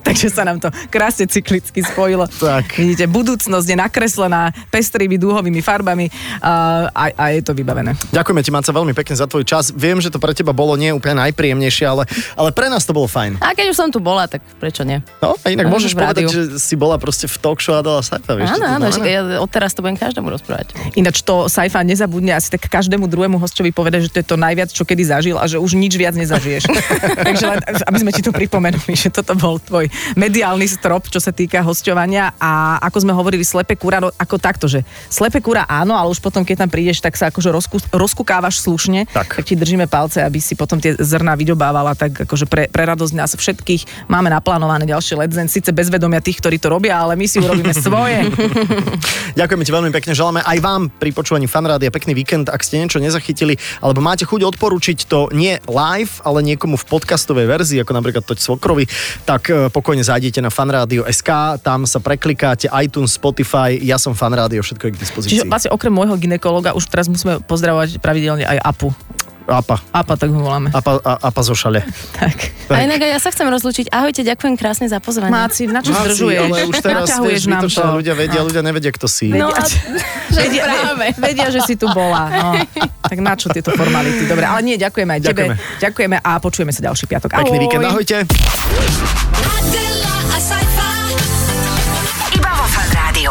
Speaker 4: Takže sa nám to krásne cyklicky spojilo.
Speaker 3: Tak.
Speaker 4: Vidíte, budúcnosť je nakreslená pestrými dúhovými farbami a, a, a je to vybavené.
Speaker 3: Ďakujeme ti, Manca, veľmi pekne za tvoj čas. Viem, že to pre teba bolo nie úplne najpríjemnejšie, ale, ale pre nás to bolo fajn.
Speaker 2: A keď už som tu bola, tak prečo nie?
Speaker 3: No, a inak
Speaker 2: Áno,
Speaker 3: môžeš
Speaker 2: v rádiu.
Speaker 3: povedať, že si bola proste v talk show a dala sa vieš, čo
Speaker 2: Áno,
Speaker 3: to
Speaker 2: áno,
Speaker 3: znamená?
Speaker 2: že ja odteraz to budem každému rozprávať.
Speaker 4: Ináč to Saifa nezabudne asi tak každému druhému hostovi povedať, že to je to najviac, čo kedy zažil a že už nič viac nezažiješ. Takže len, aby sme ti to pripomenuli, že toto bol tvoj mediálny strop, čo sa týka hostovania a ako sme hovorili, slepe kura, no, ako takto, že slepe kura áno, ale už potom, keď tam prídeš, tak sa akože rozku, rozkukávaš slušne,
Speaker 3: Tak.
Speaker 4: tak ti držíme palce, aby si potom tie zrná vydobávala, tak akože pre, pre radosť nás všetkých máme naplánované ďalšie Let's Dance, síce bez vedomia tých, ktorí to robia, ale my si urobíme svoje.
Speaker 3: Ďakujeme ti veľmi pekne, želáme aj vám pri počúvaní fanrádia pekný víkend, ak ste niečo nezachytili, alebo máte chuť odporučiť to nie live, ale niekomu v podcastovej verzii, ako napríklad Toť Svokrovi, tak e, pokojne zájdete na fanradio.sk, tam sa preklikáte iTunes, Spotify, ja som fanrádio, všetko je k dispozícii.
Speaker 4: Čiže vlastne okrem môjho ginekologa už teraz musíme pozdravovať pravidelne aj Apu.
Speaker 3: Apa,
Speaker 4: Apa, tak ho voláme.
Speaker 3: apa, a, apa zo šale.
Speaker 4: Tak.
Speaker 2: A inak aj ja sa chcem rozlúčiť. Ahojte, ďakujem krásne za pozvanie.
Speaker 4: Máci, na čo
Speaker 3: Máci,
Speaker 4: zdržuješ?
Speaker 3: ale už teraz
Speaker 4: Naťahuješ
Speaker 3: vieš,
Speaker 4: nám to.
Speaker 3: zbytočne ľudia vedia, ľudia nevedia, kto si.
Speaker 2: No a že
Speaker 4: Vedia,
Speaker 2: práve.
Speaker 4: vedia, že si tu bola. No. Tak na čo tieto formality? Dobre, ale nie, ďakujeme aj tebe. Ďakujeme, ďakujeme a počujeme sa ďalší piatok.
Speaker 3: Pekný
Speaker 4: Ahoj.
Speaker 3: víkend, ahojte.
Speaker 5: Adela, a sci-fi.
Speaker 1: Iba vo Fan Rádiu.